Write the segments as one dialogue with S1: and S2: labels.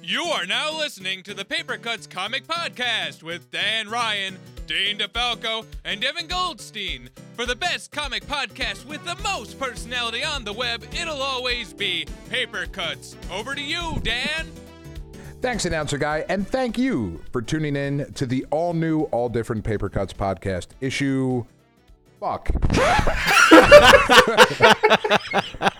S1: You are now listening to the Paper Cuts Comic Podcast with Dan Ryan, Dean DeFalco, and Devin Goldstein. For the best comic podcast with the most personality on the web, it'll always be Paper Cuts. Over to you, Dan.
S2: Thanks, announcer guy, and thank you for tuning in to the all new, all different Paper Cuts podcast issue. Fuck.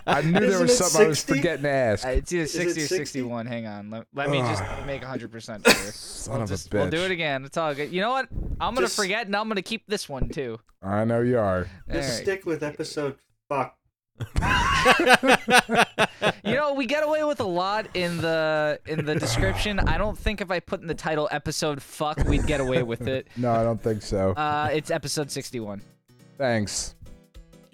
S2: I knew there
S3: Isn't
S2: was
S3: it
S2: something I was
S3: 60?
S2: forgetting to ask.
S4: Uh, It's either 60 or
S3: 60?
S4: 61. Hang on. Let, let me just make 100% sure.
S2: Son of
S4: Just-
S2: a bitch.
S4: We'll do it again. It's all good. You know what? I'm going to
S3: Just-
S4: forget and I'm going to keep this one too.
S2: I know you are.
S4: All
S3: Just
S4: right.
S3: stick with episode fuck.
S4: You know, we get away with a lot in the in the description. I don't think if I put in the title episode fuck, we'd get away with it.
S2: No, I don't think so.
S4: Uh, it's episode 61.
S2: Thanks.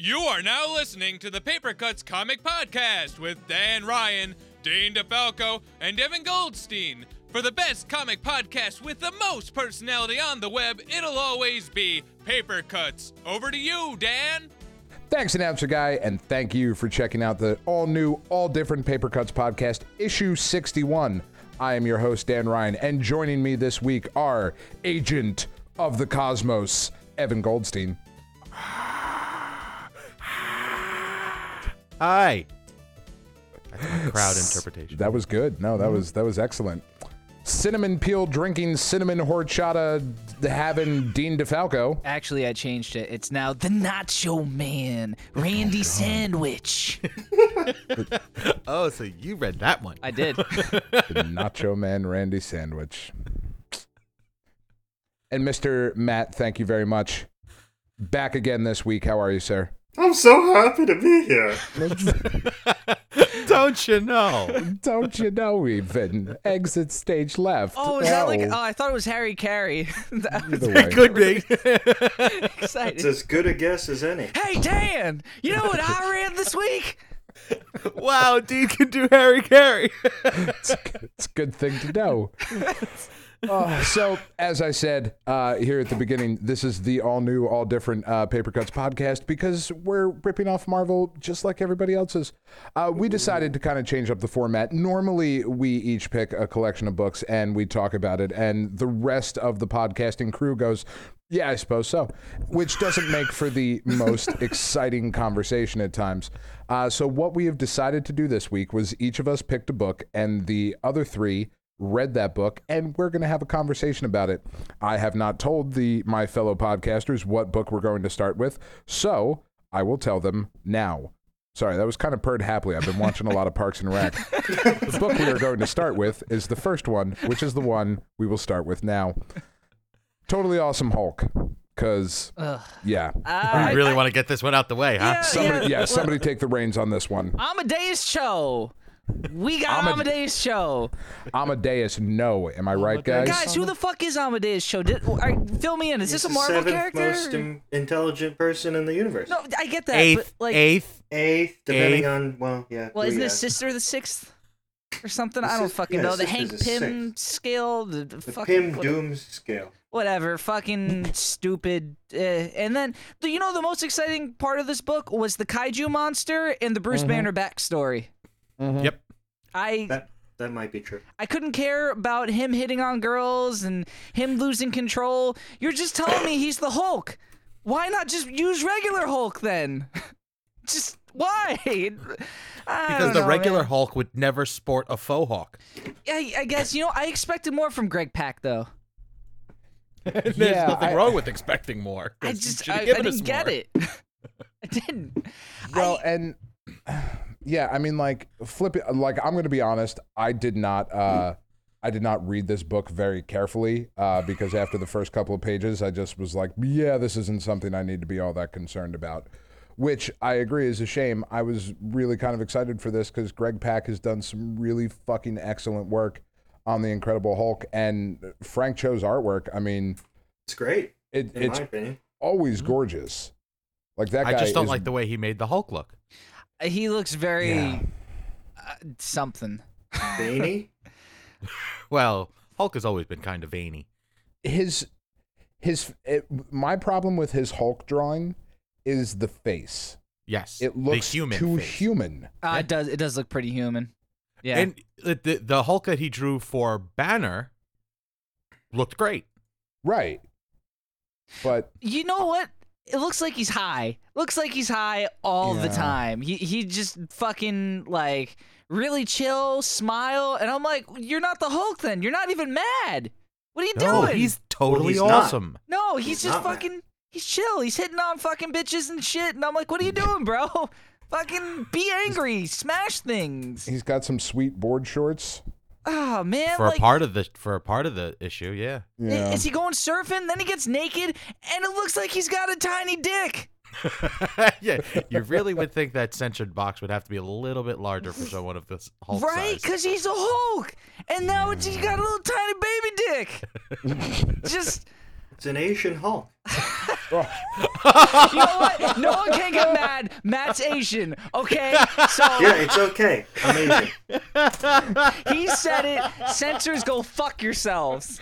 S1: You are now listening to the Paper Cuts Comic Podcast with Dan Ryan, Dean DeFalco, and Devin Goldstein. For the best comic podcast with the most personality on the web, it'll always be Paper Cuts. Over to you, Dan.
S2: Thanks, announcer guy, and thank you for checking out the all new, all different Paper Cuts podcast, issue 61. I am your host, Dan Ryan, and joining me this week are Agent of the Cosmos, Evan Goldstein.
S5: Hi. Crowd interpretation.
S2: That was good. No, that was that was excellent. Cinnamon peel drinking, cinnamon horchata having Dean DeFalco.
S4: Actually, I changed it. It's now the Nacho Man,
S2: Oh,
S4: Randy Sandwich.
S5: Oh, so you read that one.
S4: I did.
S2: the Nacho Man Randy Sandwich. And Mr. Matt, thank you very much. Back again this week. How are you, sir?
S3: I'm so happy to be here.
S5: Don't you know?
S2: Don't you know even? Exit stage left.
S4: Oh, is that like?
S2: No.
S4: Oh, I thought it was Harry Carey. I'm
S2: Either way.
S5: Could be.
S3: It's
S4: excited.
S3: as good a guess as any.
S4: Hey Dan, you know what I read this week?
S5: wow, Dean can do Harry Carey.
S2: it's, it's a good thing to know. Uh, so, as I said uh, here at the beginning, this is the all new, all different uh, Paper Cuts podcast because we're ripping off Marvel just like everybody else's. Uh, we decided to kind of change up the format. Normally, we each pick a collection of books and we talk about it, and the rest of the podcasting crew goes, yeah, I suppose so. Which doesn't make for the most exciting conversation at times. Uh, so, what we have decided to do this week was each of us picked a book, and the other three read that book, and we're going to have a conversation about it. I have not told the my fellow podcasters what book we're going to start with, so I will tell them now. Sorry, that was kind of purred happily. I've been watching a lot of Parks and Rec. the book we are going to start with is the first one, which is the one we will start with now. Totally Awesome Hulk. Because,
S4: Ugh.
S2: yeah.
S5: You really want to get this one out the way, huh?
S2: Somebody, yeah, somebody take the reins on this one.
S4: Amadeus Cho. We got
S2: Amade-
S4: Amadeus Cho.
S2: Amadeus, no. Am I right, guys?
S4: Guys, who the fuck is Amadeus Cho? Did, all right, fill me in. Is this
S3: He's
S4: a
S3: the
S4: Marvel
S3: seventh
S4: character?
S3: most in- intelligent person in the universe.
S4: no, I get that.
S5: Eighth,
S4: but like,
S5: eighth.
S3: Eighth, depending
S5: Eighth.
S3: on well, yeah.
S4: well,
S3: who
S4: isn't
S3: you
S4: his
S3: ask.
S4: sister the sixth or something? I
S3: His
S4: don't
S3: sis-
S4: fucking
S3: yeah,
S4: know.
S3: his
S4: The
S3: sister's
S4: Hank
S3: the
S4: Pym scale. The, the
S3: the
S4: fucking
S3: Pym
S4: what-
S3: Doom scale?
S4: whatever fucking stupid uh, and then do you know the most exciting part of this book was the kaiju monster and the
S5: Mm-hmm.
S4: bruce banner backstory
S5: Yep.
S4: i
S3: That that might be true.
S4: i couldn't care about him hitting on girls and him losing control you're just telling me he's the hulk why not just use regular hulk then just why I
S5: Because
S4: don't
S5: the
S4: know,
S5: regular
S4: man.
S5: Hulk would never sport a faux hawk.
S4: I, I guess you know i expected more from greg pack though
S5: There's
S2: Yeah,
S5: nothing
S2: I-
S5: wrong with expecting more.
S4: i
S5: 'cause you
S4: just
S5: should've
S4: i, I
S5: given us
S4: didn't get
S5: more.
S4: it i didn't
S2: Well, and yeah, I mean, like flip it. Like I'm gonna be honest, I did not. Uh, I did not read this book very carefully uh, because after the first couple of pages, I just was like, yeah, this isn't something I need to be all that concerned about. Which I agree is a shame. I was really kind of excited for this because Greg Pack has done some really fucking excellent work on the Incredible Hulk and Frank Cho's artwork. I mean,
S3: It's great,
S2: it,
S3: in
S2: it's
S3: my opinion.
S2: always gorgeous. Like that guy.
S5: Mm-hmm. I just don't
S2: is
S5: like the way he made the Hulk look.
S4: Uh, He looks very
S2: Yeah.
S4: uh, something.
S3: Veiny.
S5: Well, Hulk has always been kind of veiny.
S2: his his it, my problem with his Hulk drawing is the face.
S5: Yes.
S2: It
S5: the
S2: looks
S5: human
S2: too
S5: face.
S2: human.
S4: Uh, It does. It does look pretty human. Yeah.
S5: And the- the the Hulk that he drew for Banner looked great.
S2: Right. But
S4: you know what? It looks like he's high. Looks like he's high all the
S2: Yeah.
S4: time. He he just fucking like really chill, smile, and I'm like, you're not the Hulk then. You're not even mad. What are you doing?
S5: he's totally
S3: he's not.
S5: awesome.
S4: no, he's,
S3: he's
S4: just
S3: not mad.
S4: fucking he's chill. He's hitting on fucking bitches and shit. And I'm like, what are you doing, bro? fucking be angry, smash things.
S2: he's got some sweet board shorts.
S4: Oh man,
S5: For
S4: like
S5: a part of the for a part of the issue, yeah.
S4: i-
S2: Yeah.
S4: is he going surfing? Then he gets naked and it looks like he's got a tiny dick.
S5: yeah, you really would think that censored box would have to be a little bit larger for someone of this Hulk
S4: right?
S5: size.
S4: Because he's a Hulk, and now it's, he's got a little tiny baby dick. Just
S3: It's an Asian Hulk.
S4: you know what? No one can get mad. Matt's Asian, okay? So
S3: Yeah, it's okay. I'm Asian.
S4: he said it. Censors, go fuck yourselves.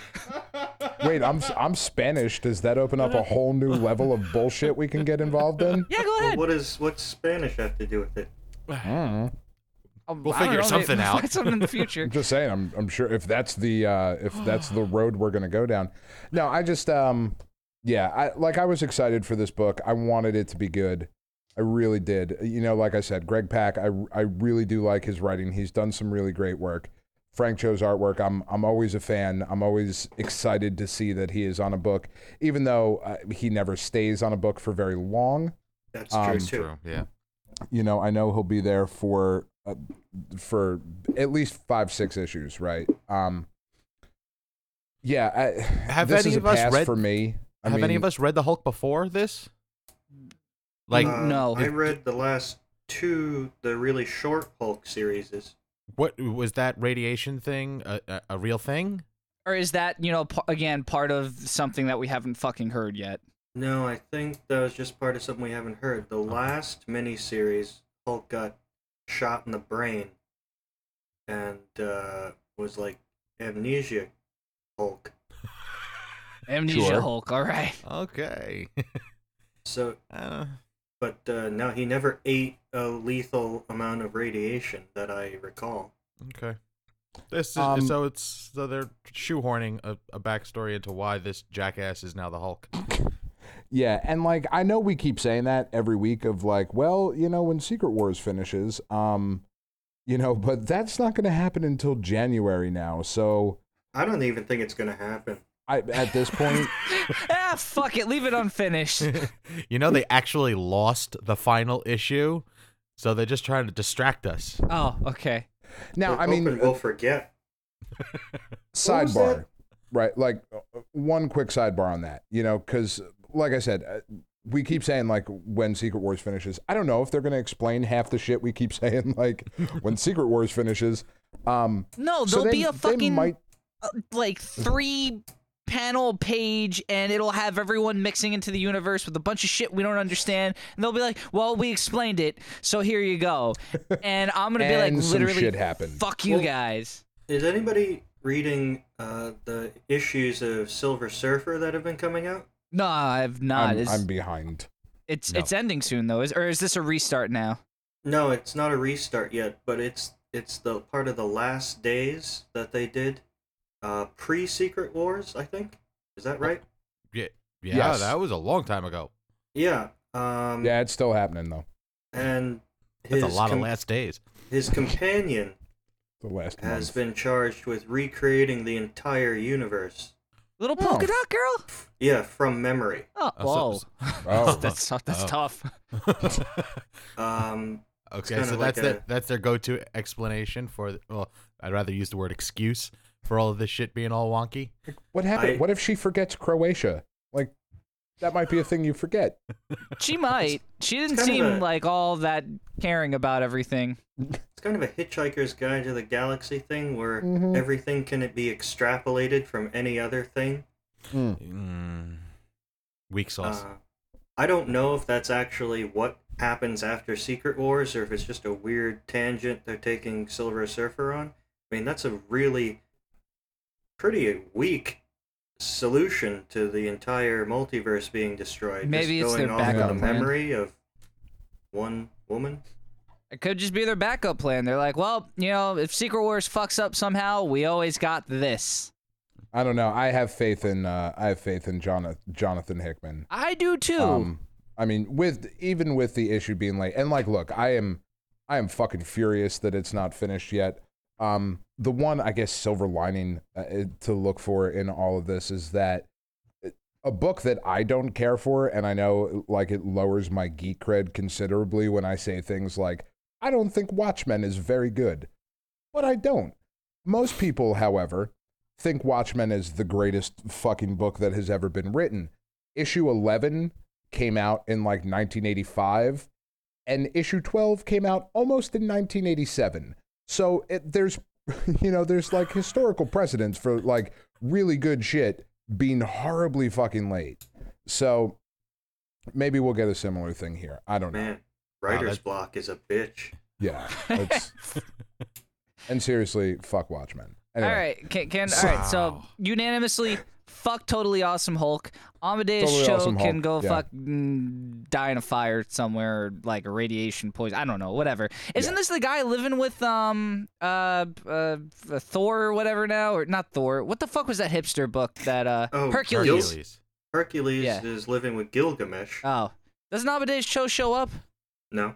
S2: Wait, I'm I'm Spanish. Does that open up a whole new level of bullshit we can get involved in?
S4: Yeah, go
S3: Well,
S4: ahead.
S3: what is what's Spanish have to do with it?
S4: we'll
S5: figure something out.
S4: Something in the future.
S2: I'm just saying. I'm I'm sure if that's the uh, if that's the road we're gonna go down. No, I just um yeah, I like I was excited for this book. I wanted it to be good. I really did. You know, like I said, Greg Pack. I I really do like his writing. He's done some really great work. Frank Cho's artwork. I'm I'm always a fan. I'm always excited to see that he is on a book, even though uh, he never stays on a book for very long.
S3: That's
S2: Um,
S3: true
S5: It's
S3: too.
S5: True. Yeah.
S2: you know, I know he'll be there for uh, for at least five, six issues, right? Um, yeah. I,
S5: Have
S2: this
S5: any
S2: is a
S5: of us
S2: pass
S5: read-
S2: for me? I
S5: have
S2: mean,
S5: any of us read the Hulk before this? Like
S3: Uh,
S4: No.
S3: I read the last two, the really short Hulk series.
S5: what was that radiation thing a, a, a real thing?
S4: Or is that you know p- again part of something that we haven't fucking heard yet?
S3: No, I think that was just part of something we haven't heard. The last miniseries, Hulk got shot in the brain, and uh, was like amnesia Hulk.
S4: Amnesia
S2: Sure.
S4: Hulk. All right.
S5: Okay.
S3: So,
S5: Uh,
S3: but uh, no, he never ate a lethal amount of radiation that I recall.
S5: okay. This is
S2: Um,
S5: so it's so they're shoehorning a, a backstory into why this jackass is now the Hulk.
S2: Yeah, and like I know we keep saying that every week of like, well, you know, when Secret Wars finishes, um, you know, but that's not going to happen until January now. So
S3: I don't even think it's gonna happen.
S2: I at this point,
S4: ah, fuck it. Leave it unfinished.
S5: you know they actually lost the final issue, so they're just trying to distract us.
S4: Oh, okay.
S2: now
S3: We're
S2: I mean, uh,
S3: hoping we'll forget. was
S2: sidebar
S3: that?
S2: right like uh, one quick sidebar on that you know because like i said uh, we keep saying like when secret wars finishes i don't know if they're going to explain half the shit we keep saying like when secret wars finishes um
S4: No,
S2: so
S4: there'll
S2: they-
S4: be a
S2: they
S4: fucking
S2: might-
S4: uh, like three panel page and it'll have everyone mixing into the universe with a bunch of shit we don't understand and they'll be like well we explained it so here you go and i'm gonna be like
S2: And some
S4: literally
S2: shit happened.
S4: fuck you
S3: Well-
S4: guys
S3: Is anybody reading uh, the issues of Silver Surfer that have been coming out?
S4: no i've not
S2: I'm,
S4: it's
S2: I'm behind
S4: it's,
S5: No.
S4: it's ending soon though is, or is this a restart now
S3: No, it's not a restart yet, but it's it's the part of the last days that they did, uh, pre Secret Wars. I think is that right?
S5: Yeah, yeah,
S2: Yes.
S5: that was a long time ago.
S3: Yeah. Um,
S2: yeah it's still happening though
S3: And
S5: That's
S3: his
S5: a lot
S3: com-
S5: of last days.
S3: his companion
S2: the last
S3: has
S2: month.
S3: been charged with recreating the entire universe.
S4: little
S2: Oh.
S4: polka dot girl
S3: Yeah, from memory.
S4: oh
S5: so-
S4: whoa
S5: so-
S2: oh
S4: that's tough that's
S5: Oh.
S4: tough
S3: Um,
S5: Okay,
S3: kinda
S5: so
S3: like
S5: that's that.
S3: a-
S5: that's their go-to explanation for. th- Well, I'd rather use the word excuse for all of this shit being all wonky.
S2: what happened
S3: I-
S2: what if she forgets croatia like that might be a thing you forget
S4: she might she didn't
S3: kind of
S4: seem
S3: a-
S4: like all that caring about everything
S3: it's kind of a Hitchhiker's Guide to the Galaxy thing where everything can be extrapolated from any other thing.
S5: Mm. Weak sauce.
S3: Uh, I don't know if that's actually what happens after Secret Wars or if it's just a weird tangent they're taking Silver Surfer on. I mean, that's a really pretty weak solution to the entire multiverse being destroyed.
S4: Maybe
S3: just
S4: it's
S3: going
S4: their
S3: off of
S2: backup
S3: the
S4: plan.
S3: memory of one woman.
S4: It could just be their backup plan. They're like, well, you know, if Secret Wars fucks up somehow, we always got this.
S2: I don't know. I have faith in uh, I have faith in Jonathan Jonathan Hickman.
S4: I do too.
S2: Um, I mean, with even with the issue being late, and like, look, I am, I am fucking furious that it's not finished yet. Um, the one I guess silver lining uh, it- to look for in all of this is that eh, a book that I don't care for, and I know like it lowers my geek cred considerably when I say things like, I don't think Watchmen is very good, but I don't. Most people, however, think Watchmen is the greatest fucking book that has ever been written. Issue 11 came out in like 1985, and issue 12 came out almost in 1987. So it, there's, you know, there's like historical precedence for like really good shit being horribly fucking late. So maybe we'll get a similar thing here. I don't know.
S3: Man, writer's
S5: that-
S3: block is a bitch.
S2: Yeah. It's, and seriously, fuck Watchmen. Anyway,
S4: All right, can, can all right. So unanimously, fuck totally awesome Hulk. Amadeus
S2: Totally
S4: show
S2: Awesome
S4: can
S2: Hulk,
S4: go
S2: yeah.
S4: fuck mm, die in a fire somewhere, or, like a radiation poison. I don't know, whatever. Isn't
S2: Yeah.
S4: this the guy living with um uh, uh Thor or whatever now, or not Thor? What the fuck was that hipster book that uh
S3: Oh,
S4: Hercules?
S3: Hercules. Hercules
S4: Yeah.
S3: is living with Gilgamesh.
S4: Oh, doesn't Amadeus show show up?
S3: no,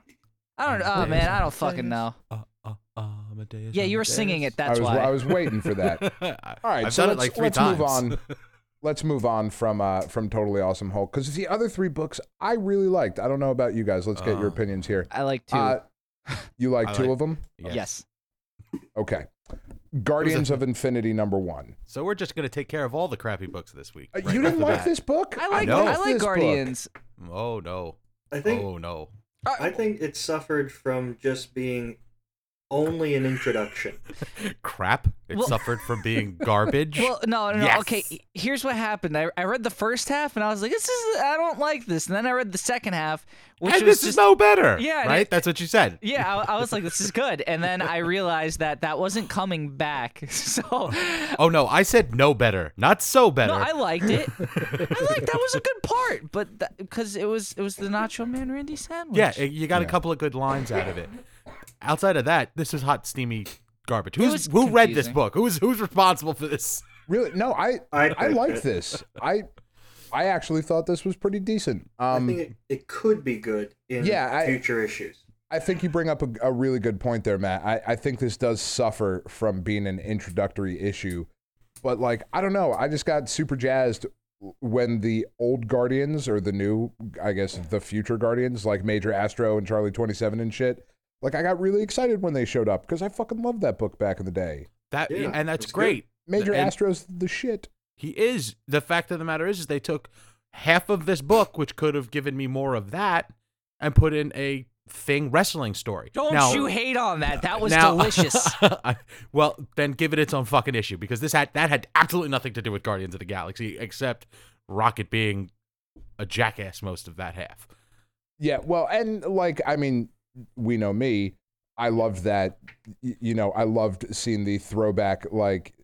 S4: I don't. Oh
S5: Amadeus,
S4: man, I don't fucking
S5: Amadeus.
S4: know.
S5: Uh, uh, Amadeus,
S4: Yeah, you were singing it. That's
S5: Amadeus.
S2: I was
S4: why.
S2: I was waiting for that. All right,
S5: I've
S2: so
S5: done
S2: let's,
S5: it like 3
S2: let's
S5: times.
S2: move on. let's move on from uh, from Totally Awesome Hulk because the other three books I really liked. I don't know about you guys. Let's get your
S5: Oh.
S2: opinions here.
S4: I like two.
S2: Uh, you like
S5: I
S2: two
S5: like-
S2: of them?
S5: Yeah.
S4: Yes.
S2: Okay. Guardians of Infinity number one.
S5: So we're just gonna take care of all the crappy books this week.
S2: Uh,
S5: right
S2: you
S5: off
S2: didn't
S5: the
S2: like
S5: bat.
S2: this book?
S4: I like.
S5: know
S4: I,
S2: this
S4: like
S2: book.
S4: Guardians.
S5: Oh no.
S3: I think
S5: Oh no.
S3: I think it suffered from just being only an introduction.
S5: Crap. It
S4: Well-
S5: suffered from being garbage.
S4: Well, no, no, no.
S5: Yes.
S4: Okay, h- here's what happened. I, I read the first half and I was like, this is I don't like this. And then I read the second half, which
S5: and
S4: was
S5: this is
S4: just
S5: no better.
S4: Yeah, and
S5: Right.
S4: it-
S5: That's what you said.
S4: yeah, I, I was like, this is good. And then I realized that that wasn't coming back. So
S5: Oh no, I said no better, not so better.
S4: no, I liked it. I liked that was a good part, but because it was it was the Nacho Man Randy sandwich.
S5: yeah, it- you got
S2: Yeah.
S5: a couple of good lines out of it. Outside of that, this is hot, steamy garbage. Who's
S4: was
S5: who read this
S4: confusing.
S5: book? Who's who's responsible for this?
S2: Really? No, I I,
S3: I-
S2: like this. I I actually thought this was pretty decent. Um,
S4: Mm.
S3: I think it, it could be good in
S2: Yeah, I-
S3: future issues.
S2: I think you bring up a, a really good point there, Matt. I, I think this does suffer from being an introductory issue, but like I don't know, I just got super jazzed when the old Guardians or the new, I guess the future Guardians, like Major Astro and Charlie Twenty Seven and shit. Like I got really excited when they showed up because I fucking loved that book back in the day.
S5: That
S3: Yeah,
S5: and that's
S3: it's good.
S5: great.
S2: Major
S5: And-
S2: Astro's the shit.
S5: He is. The fact of the matter is, is they took half of this book, which could have given me more of that, and put in a thing wrestling story.
S4: Don't
S5: Now-
S4: you hate on that? That was
S5: now-
S4: delicious.
S5: I- well, then give it its own fucking issue because this had that had absolutely nothing to do with Guardians of the Galaxy except Rocket being a jackass most of that half.
S2: Yeah, well, and like I mean, we know me. I loved that. y- You know, I loved seeing the throwback. Like,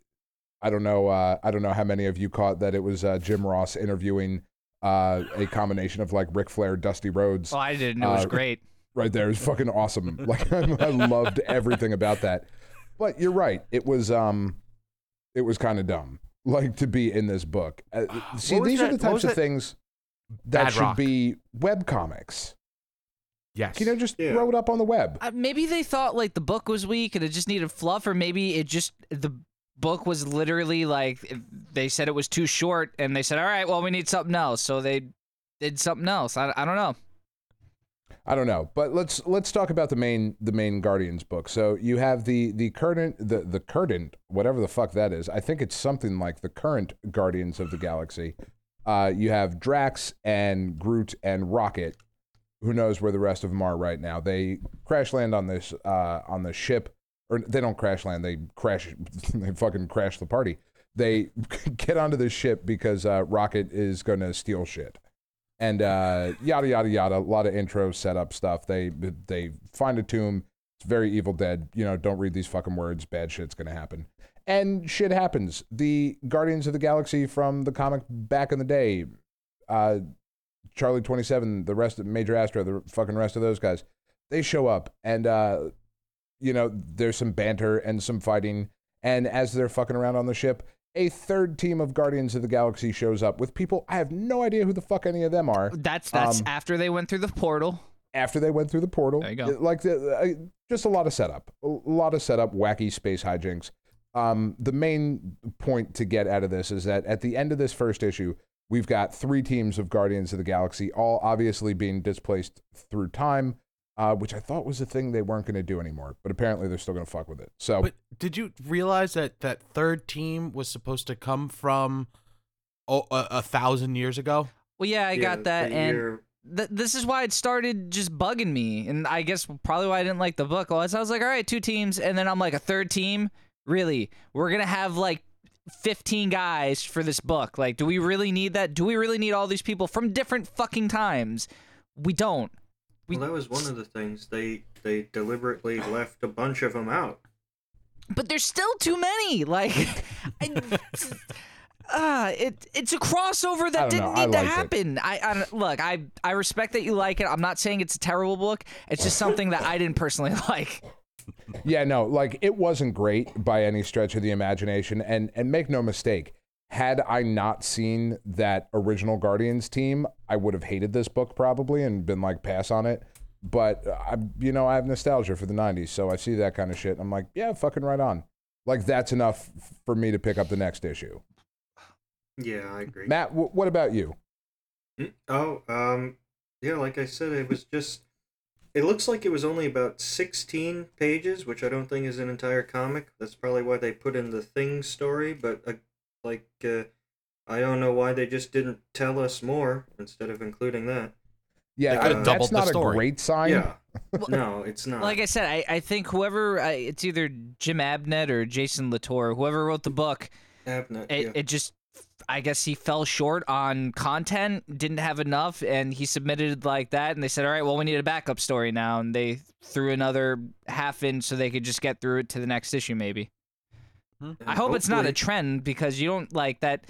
S2: I don't know. Uh, I don't know how many of you caught that it was uh, Jim Ross interviewing uh, a combination of like Ric Flair, Dusty Rhodes.
S4: oh, I didn't. It was
S2: Uh,
S4: great.
S2: Right there, it was fucking awesome. Like, I loved everything about that. But you're right. It was um, it was kind of dumb. Like to be in this book. Uh, see,
S5: What was
S2: these are
S5: that-
S2: the
S5: what
S2: types
S5: was
S2: of
S5: that-
S2: things that
S5: Bad
S2: should
S5: Rock.
S2: be web comics.
S5: Yes.
S2: You know, just
S3: Yeah.
S2: throw it up on the web.
S4: Uh, maybe they thought like the book was weak and it just needed fluff, or maybe it just the book was literally like they said it was too short, and they said, "All right, well, we need something else," so they did something else. I, I don't know.
S2: I don't know, but let's let's talk about the main the main Guardians book. So you have the the current the the current whatever the fuck that is. I think it's something like the current Guardians of the Galaxy. Uh, you have Drax and Groot and Rocket. Who knows where the rest of them are right now? They crash land on this uh, on the ship, or they don't crash land. They crash. they fucking crash the party. They get onto this ship because uh, Rocket is going to steal shit and uh, yada yada yada. A lot of intro setup stuff. They they find a tomb. It's very Evil Dead. You know, don't read these fucking words. Bad shit's gonna happen. And shit happens. The Guardians of the Galaxy from the comic back in the day, uh, Charlie Twenty Seven, the rest of Major Astro, the fucking rest of those guys, they show up and uh you know there's some banter and some fighting and as they're fucking around on the ship a third team of guardians of the galaxy shows up with people i have no idea who the fuck any of them are
S4: That's that's
S2: Um,
S4: after they went through the portal.
S2: after they went through the portal
S4: There you go.
S2: It- like the, uh, just a lot of setup a lot of setup wacky space hijinks um, the main point to get out of this is that at the end of this first issue we've got three teams of guardians of the galaxy all obviously being displaced through time uh, which i thought was a thing they weren't going to do anymore but apparently they're still going to fuck with it so
S5: But did you realize that that third team was supposed to come from oh, a, a thousand years ago?
S4: Well, yeah, I
S3: Yeah,
S4: got that,
S3: the
S4: and
S3: year-
S4: th- this is why it started just bugging me, and I guess probably why I didn't like the book. Was I was like, all right, two teams, and then I'm like, a third team. Really, we're gonna have like 15 guys for this book. Like, do we really need that? Do we really need all these people from different fucking times? We don't. We-
S3: well, that was one of the things they they deliberately left a bunch of them out.
S4: but there's still too many. Like, I, uh, it it's a crossover
S2: I
S4: that
S2: don't know.
S4: didn't
S2: I
S4: need to
S2: liked it.
S4: happen. I, I don't- look, I I respect that you like it. I'm not saying it's a terrible book. It's just something that I didn't personally like.
S2: yeah no like it wasn't great by any stretch of the imagination and and make no mistake had i not seen that original guardians team i would have hated this book probably and been like pass on it but i you know i have nostalgia for the 90s so i see that kind of shit and i'm like yeah fucking right on like that's enough for me to pick up the next issue
S3: Yeah, I agree.
S2: matt w- what about you
S3: Mm, Oh, um, yeah, like I said, it was just. It looks like it was only about 16 pages, which I don't think is an entire comic. That's probably why they put in the thing story, but, uh, like, uh, I don't know why they just didn't tell us more instead of including that.
S2: yeah
S5: They
S2: I-
S5: could've
S2: that's
S5: doubled the
S2: not a
S5: story.
S2: great sign
S3: yeah. no, it's not.
S4: Like I said, I, I think whoever I, it's either Jim Abnett or Jason Latour, whoever wrote the book,
S3: Abnett,
S4: it,
S3: yeah.
S4: it just I guess he fell short on content, didn't have enough, and he submitted like that. And they said, "All right, well, we need a backup story now," and they threw another half in so they could just get through it to the next issue, maybe.
S3: And
S4: I hope it's not a
S3: hopefully-
S4: trend because you don't like that.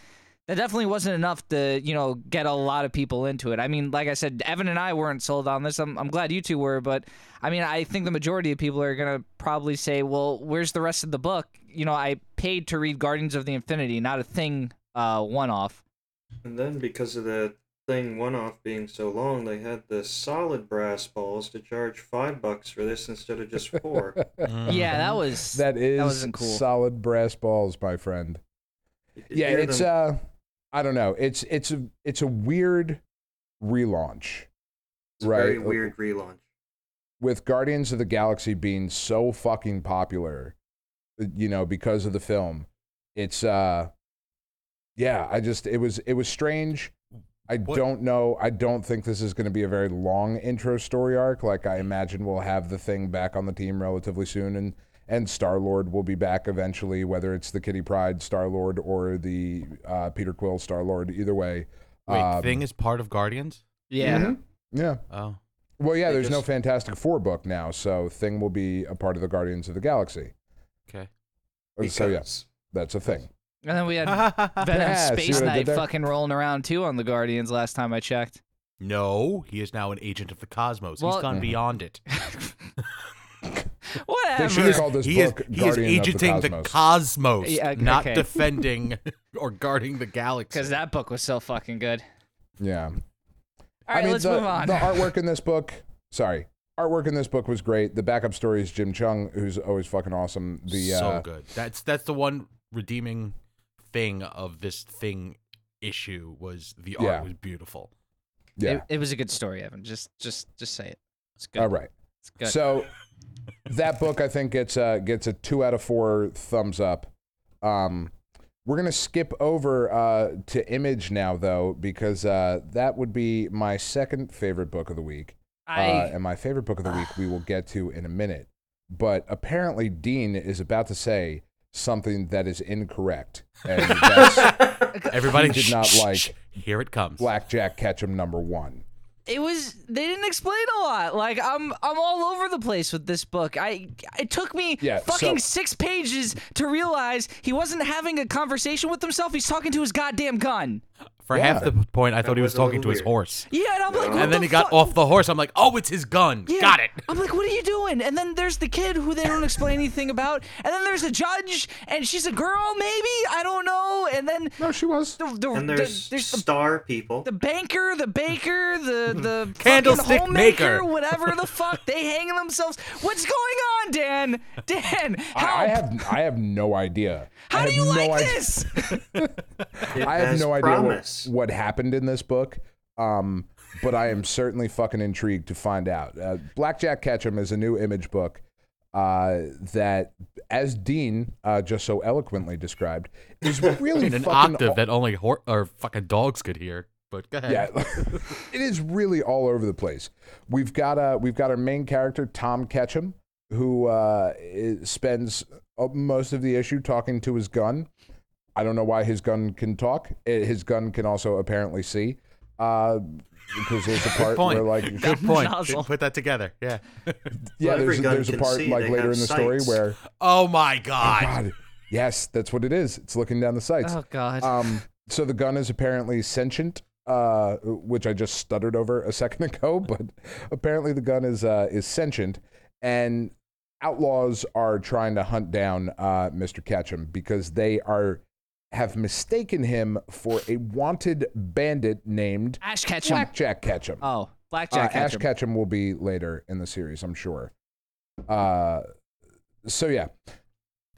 S4: That definitely wasn't enough to you know get a lot of people into it. I mean, like I said, Evan and I weren't sold on this. I'm I'm glad you two were, but I mean, I think the majority of people are gonna probably say, "Well, where's the rest of the book?" You know, I paid to read Guardians of the Infinity, not a thing uh, one off.
S3: And then because of the thing one off being so long, they had the solid brass balls to charge five bucks for this instead of just four.
S4: Yeah, that was
S2: Mm-hmm. that is
S4: wasn't cool.
S2: solid brass balls my friend
S3: You could
S2: yeah
S3: hear
S2: it's
S3: them-
S2: uh i don't know it's it's a it's a weird relaunch
S3: it's a very
S2: right.
S3: weird relaunch.
S2: with guardians of the galaxy being so fucking popular you know because of the film it's uh yeah i just it was it was strange i
S5: What-
S2: don't know i don't think this is going to be a very long intro story arc like i imagine we'll have the thing back on the team relatively soon and and star lord will be back eventually whether it's the kitty pride star lord or the uh, peter quill star lord either way
S5: Wait,
S2: um,
S5: Thing is part of Guardians?
S4: yeah.
S2: Mhm. yeah
S5: Oh.
S2: well, yeah,
S3: They
S2: there's no
S3: just-
S2: Fantastic Four book now, so Thing will be a part of the Guardians of the Galaxy. Uh,
S5: Okay.
S2: Oh, So yeah,
S3: because-
S2: that's a thing.
S4: And then we had Venom
S2: Yeah, see
S4: Space
S2: what I did
S4: Knight
S2: there?
S4: fucking rolling around too on the Guardians last time I checked.
S5: no, he is now an agent of the cosmos.
S4: Well-
S5: He's gone
S2: Mhm.
S5: beyond it.
S2: They
S4: Whatever.
S2: should have called this
S5: he is,
S2: book
S5: he is
S2: Guardian
S5: agenting
S2: of
S5: the
S2: the
S5: cosmos,
S2: Cosmos.
S4: Yeah, okay.
S5: not defending or guarding the galaxy.
S4: Because that book was so fucking good.
S2: yeah.
S4: All right,
S2: I mean,
S4: let's
S2: the,
S4: move on.
S2: the artwork in this book, sorry, artwork in this book was great. The backup story is Jim Chung, who's always fucking awesome. The
S5: so
S2: uh,
S5: good. That's that's the one redeeming thing of this thing issue was the art
S2: Yeah.
S5: was beautiful.
S2: yeah.
S4: It, it was a good story, Evan. Just, just, just say it. It's good.
S2: All right.
S4: It's good.
S2: So that book I think gets a gets a two out of four thumbs up. Um, we're gonna skip over uh, to Image now though because uh, that would be my second favorite book of the week,
S4: I,
S2: uh, and my favorite book of the week we will get to in a minute. But apparently Dean is about to say something that is incorrect, and that's
S5: Everybody
S2: He did
S5: shh,
S2: not
S5: shh,
S2: like
S5: shh. Here it comes.
S2: Blackjack Ketchum number one.
S4: it was. They didn't explain a lot. Like I'm, I'm all over the place with this book. I, it took me
S2: Yeah,
S4: fucking
S2: so-
S4: six pages to realize he wasn't having a conversation with himself. He's talking to his goddamn gun.
S5: For half the point, I thought he
S3: was
S5: was
S3: a
S5: talking to
S3: little
S5: his
S3: weird.
S5: horse.
S4: Yeah, and I'm like, what
S5: And then
S4: the
S5: he got
S4: fuck?
S5: off the horse. I'm like, oh, it's his gun.
S4: Yeah.
S5: Got it.
S4: I'm like, what are you doing? And then there's the kid who they don't explain anything about. And then there's a judge, and she's a girl, maybe? I don't know. And then
S2: No, she was.
S4: the, the,
S3: And
S4: the-
S3: there's,
S4: there's the,
S3: star people.
S4: the banker, the baker, the, the fucking
S5: Candlestick
S4: homemaker,
S5: maker.
S4: whatever the fuck. They hanging themselves. What's going on, Dan? Dan, help.
S2: I, I have I have no idea. I
S4: How do
S2: have
S4: you
S2: no
S4: like
S2: idea-
S4: this?
S3: It
S2: I have
S3: has
S2: no idea what,
S3: promise.
S2: what happened in this book, um, but I am certainly fucking intrigued to find out. Uh, Blackjack Ketchum is a new image book uh, that, as Dean uh, just so eloquently described, is really
S5: In an
S2: fucking
S5: octave
S2: all-
S5: that only hor- or fucking dogs could hear. But go ahead.
S2: yeah, it is really all over the place. We've got uh, we've got our main character Tom Ketchum, who uh, i- spends uh, most of the issue talking to his gun. I don't know why his gun can talk. I- his gun can also apparently see, uh, because there's a part
S5: Point.
S2: where like
S5: Good point.
S4: Nozzle.
S5: Didn't Put that together. Yeah.
S2: yeah,
S3: Well, every
S2: there's,
S3: gun
S2: there's a
S3: can
S2: part
S3: see,
S2: like
S3: they
S2: later in
S3: have
S2: the story
S3: sights.
S2: where
S5: Oh my god.
S2: God, yes, that's what it is. It's looking down the sights.
S4: Oh, God.
S2: Um, so the gun is apparently sentient, uh, which I just stuttered over a second ago. But apparently the gun is uh, is sentient, and outlaws are trying to hunt down uh, Mr. Ketchum because they are have mistaken him for a wanted bandit named
S4: Ash Ketchum.
S2: Blackjack Ketchum.
S4: Oh,
S2: Uh,
S4: Blackjack
S2: Ash
S4: Ketchum.
S2: Ketchum will be later in the series, I'm sure. Uh, so yeah,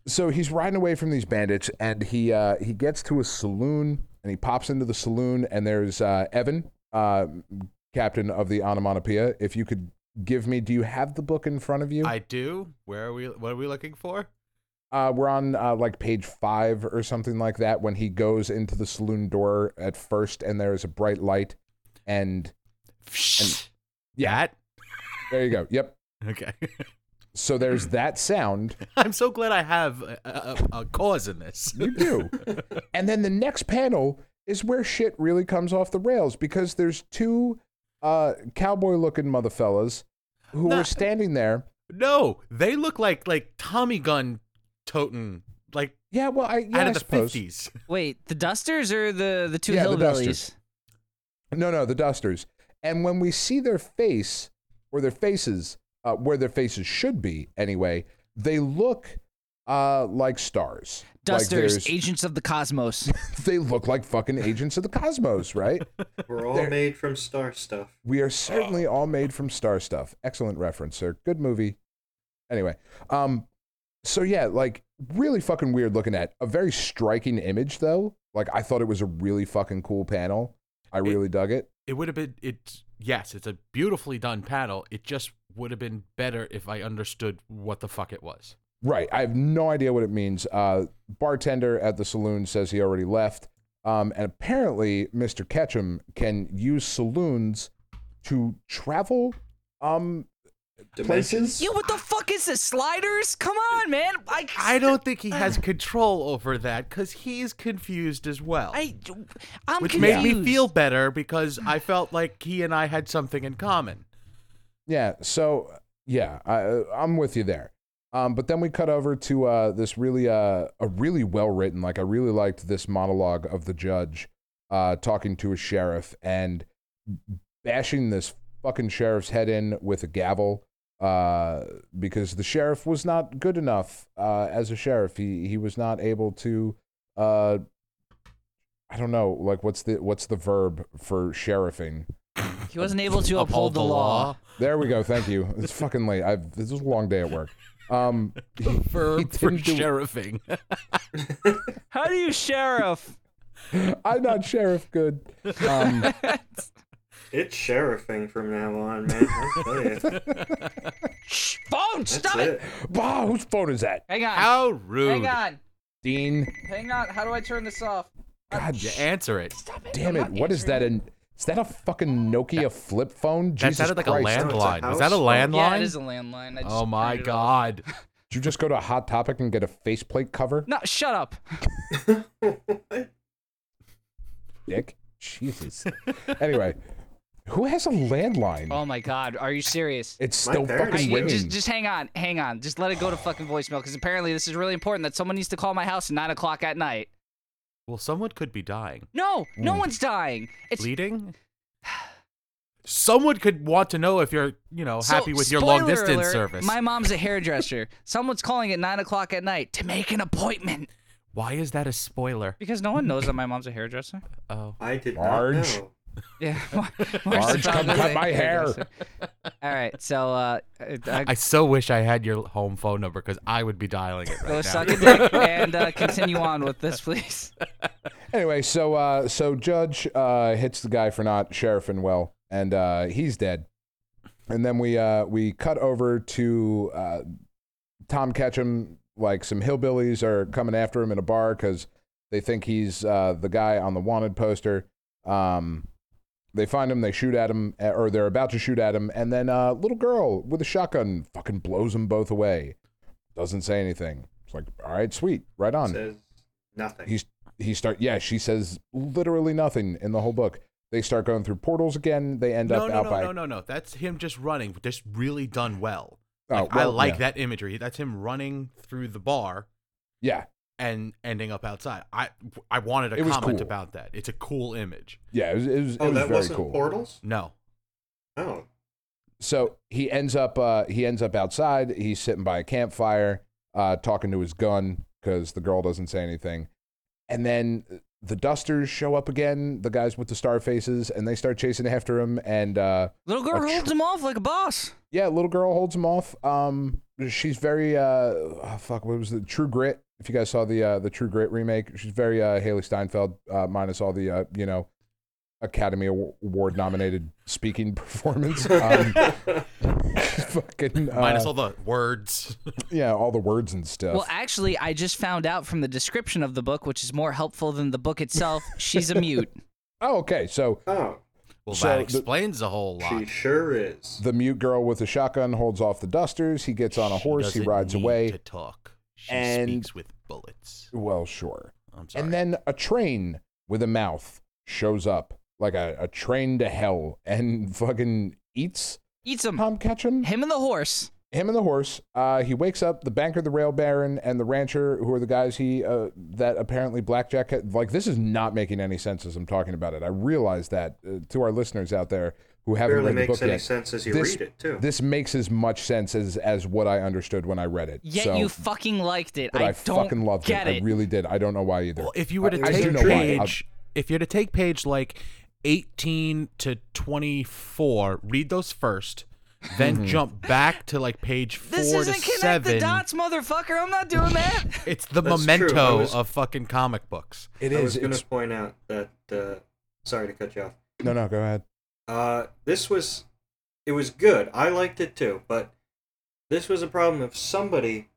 S2: so he's riding away from these bandits, and he uh, he gets to a saloon, and he pops into the saloon, and there's uh, Evan, uh, captain of the Onomatopoeia. If you could give me, do you have the book in front of you?
S5: I do. Where are we? What are we looking for?
S2: Uh, we're on uh, like page five or something like that. When he goes into the saloon door at first, and there is a bright light, and
S5: yeah.
S2: there you go. Yep.
S5: Okay.
S2: So there's that sound.
S5: I'm so glad I have a, a, a- a cause in this.
S2: You do. and then the next panel is where shit really comes off the rails because there's two uh, cowboy looking motherfellas who
S5: Nah.
S2: are standing there.
S5: No, they look like like Tommy gun toting like
S2: Yeah, well, I, yeah,
S5: out
S2: I
S5: of the
S2: suppose.
S5: fifties.
S4: Wait, the Dusters or the, the two
S2: Yeah, the
S4: hillbillies?
S2: Dusters. No, no, the Dusters. And when we see their face or their faces, uh, where their faces should be anyway, they look uh, like stars. Like
S4: Dusters,
S2: there's-
S4: agents of the cosmos.
S2: they look like fucking agents of the cosmos, right?
S3: We're all
S2: There-
S3: made from star stuff.
S2: We are certainly all made from star stuff. Excellent reference, sir. Good movie. Anyway, um, so yeah, like really fucking weird looking at. A very striking image though. Like I thought it was a really fucking cool panel. I really dug it.
S5: It would have been it. Yes, it's a beautifully done panel. It just would have been better if I understood what the fuck it was.
S2: Right. I have no idea what it means. Uh, bartender at the saloon says he already left. Um, and apparently, Mr. Ketchum can use saloons to travel um, places.
S4: Yo, what the fuck is this? Sliders? Come on, man. I,
S5: I don't think he has control over that because he's confused as well.
S4: I, I'm
S5: which
S4: confused.
S5: made me feel better because I felt like he and I had something in common.
S2: Yeah. So yeah, I, uh, I'm with you there. Um, but then we cut over to uh, this really uh, a really well written. Like I really liked this monologue of the judge uh, talking to a sheriff and bashing this fucking sheriff's head in with a gavel uh, because the sheriff was not good enough uh, as a sheriff. He he was not able to. Uh, I don't know. Like what's the what's the verb for sheriffing?
S4: He wasn't able to uphold the law.
S2: There we go. Thank you. It's fucking late. I've this is a long day at work. Um, he-
S5: for, for
S2: didn't do-
S5: sheriffing.
S4: How do you, sheriff?
S2: I'm not sheriff good. Um,
S3: It's sheriffing from now on, man. I tell you, that's
S4: Shh, phone, stop it.
S3: it.
S2: bah, whose phone is that?
S4: Hang on.
S5: How rude!
S4: Hang on.
S2: Dean.
S4: Hang on. How do I turn this off?
S2: God
S5: You answer it.
S2: damn it! What is that? An is that a fucking Nokia flip phone?
S5: That
S2: Jesus
S5: sounded like
S2: Christ.
S5: a
S3: land-
S5: landline. Was that a
S3: house
S5: landline?
S4: Oh, Yeah, it is a landline. I just
S5: oh my
S4: turned it off.
S5: god!
S2: Did you just go to a Hot Topic and get a faceplate cover,
S4: No, shut up.
S2: Dick? Jesus. anyway, who has a landline?
S4: Oh my god. Are you serious?
S2: it's
S3: My
S2: still
S3: parents
S2: fucking
S3: do.
S4: I,
S2: ringing.
S4: just, just hang on, hang on. Just let it go to fucking voicemail because apparently this is really important that someone needs to call my house at nine o'clock at night.
S5: Well, someone could be dying.
S4: No, no one's dying. It's
S5: Bleeding? Someone could want to know if you're, you know,
S4: so,
S5: happy with your long
S4: spoiler
S5: distance
S4: alert,
S5: service.
S4: My mom's a hairdresser. Someone's calling at nine o'clock at night to make an appointment
S5: Why is that a spoiler?
S4: because no one knows that my mom's a hairdresser.
S5: Oh.
S3: I did
S2: Large.
S3: not know.
S4: Yeah,
S2: Marge,
S4: Marge,
S2: come cut my hair.
S4: All right, so uh, I,
S5: I so wish I had your home phone number because I would be dialing it right
S4: go
S5: now.
S4: suck a dick and uh, continue on with this, please.
S2: Anyway, so uh, so Judge uh, hits the guy for not sheriffing well, and uh, he's dead. And then we uh, we cut over to uh, Tom Ketchum. Like some hillbillies are coming after him in a bar because they think he's uh, the guy on the wanted poster. Um, they find him, they shoot at him, eh, or they're about to shoot at him, and then a little girl with a shotgun fucking blows them both away. Doesn't say anything. It's like, all right, sweet, right on
S3: Says nothing.
S2: he's he start yeah she says literally nothing in the whole book they start going through portals again they end
S5: no,
S2: up
S5: no,
S2: out
S5: no,
S2: by
S5: no, no, no. That's him just running, just really done well.
S2: Oh,
S5: Like, I
S2: well,
S5: like
S2: yeah.
S5: that imagery. That's him running through the bar
S2: yeah
S5: and ending up outside. I I wanted a
S2: It was
S5: comment
S2: cool.
S5: about that. It's a cool image.
S2: yeah it was it was, it
S3: oh,
S2: was
S3: that
S2: very
S3: wasn't
S2: cool
S3: portals.
S5: No,
S3: Oh,
S2: so he ends up uh he ends up outside he's sitting by a campfire uh talking to his gun because the girl doesn't say anything and then the dusters show up again the guys with the star faces and they start chasing after him and uh
S4: Little girl holds him off like a boss.
S2: yeah little girl holds him off um she's very uh oh, fuck what was the true grit if you guys saw the uh the true grit remake she's very uh haley steinfeld uh minus all the uh you know academy award nominated speaking performance um fucking uh,
S5: minus all the words.
S2: yeah all the words and stuff
S4: Well, actually, I just found out from the description of the book, which is more helpful than the book itself. She's a mute.
S2: oh okay so
S3: oh,
S5: well,
S2: So
S5: that
S2: the-
S5: explains a whole lot.
S3: she sure is.
S2: the mute girl with the shotgun holds off the dusters he gets on a
S5: She
S2: horse he
S5: doesn't
S2: rides
S5: need
S2: away
S5: To talk, she
S2: and-
S5: speaks with bullets.
S2: well sure
S5: I'm sorry.
S2: And then a train with a mouth shows up, like a, a train to hell, and fucking eats
S4: Eats
S3: Hmm.
S4: him.
S2: Tom Ketchum,
S4: Him and the horse.
S2: him and the horse. Uh, he wakes up the banker, the rail baron, and the rancher, who are the guys he uh, that apparently blackjack. Had, like this is not making any sense as I'm talking about it. I realize that uh, to our listeners out there who haven't
S3: Barely
S2: read the
S3: makes
S2: book
S3: any
S2: yet.
S3: sense as you
S2: This-
S3: read it too.
S2: This makes as much sense as as what I understood when I read it.
S4: Yet
S2: so,
S4: you fucking liked it.
S2: but
S4: I,
S2: I,
S4: don't
S2: fucking loved
S4: get
S2: it. I really did. I don't know why either.
S5: Well, if you were to
S2: I- I do
S5: take
S2: know why.
S5: page, if you're to take page like 18 to 24, read those first,
S2: Mm-hmm.
S5: then jump back to like page four
S4: this
S5: to
S4: isn't connect
S5: seven.
S4: the dots, motherfucker. I'm not doing that.
S5: It's the
S3: That's true. I
S5: memento
S3: was-
S5: of fucking comic books.
S2: it
S3: I
S2: is.
S3: was going
S2: it's-
S3: to point out that. Uh, sorry to cut you off.
S2: No, no, go ahead.
S3: Uh, this was, it was good. I liked it too, but this was a problem of somebody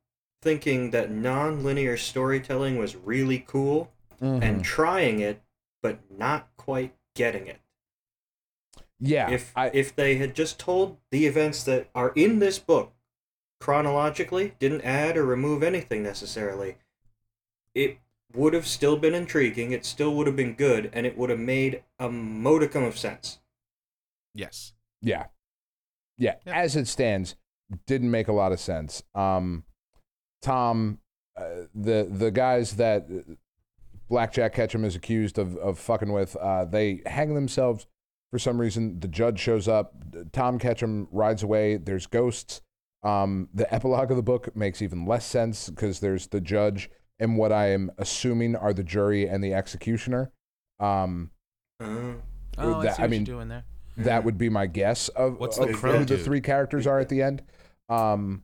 S3: thinking that non-linear storytelling was really cool
S2: Mm-hmm.
S3: and trying it, but not quite getting it.
S2: Yeah.
S3: if
S2: I,
S3: if they had just told the events that are in this book chronologically, didn't add or remove anything necessarily, it would have still been intriguing. It still would have been good, and it would have made a modicum of sense.
S5: Yes.
S2: yeah. yeah.
S5: Yeah.
S2: As it stands, didn't make a lot of sense. Um, Tom, uh, the the guys that uh, Blackjack Ketchum is accused of, of fucking with, uh, they hang themselves for some reason. The judge shows up. Tom Ketchum rides away. There's ghosts. Um, the epilogue of the book makes even less sense because there's the judge and what I am assuming are the jury and the executioner. Um,
S3: Uh,
S2: Well,
S5: Oh, I
S2: that-
S5: see
S2: I
S5: what
S2: mean-
S5: you're doing there.
S2: That would be my guess of,
S5: What's the
S2: of
S5: crow
S2: who the
S5: dude?
S2: three characters are at the end. Um,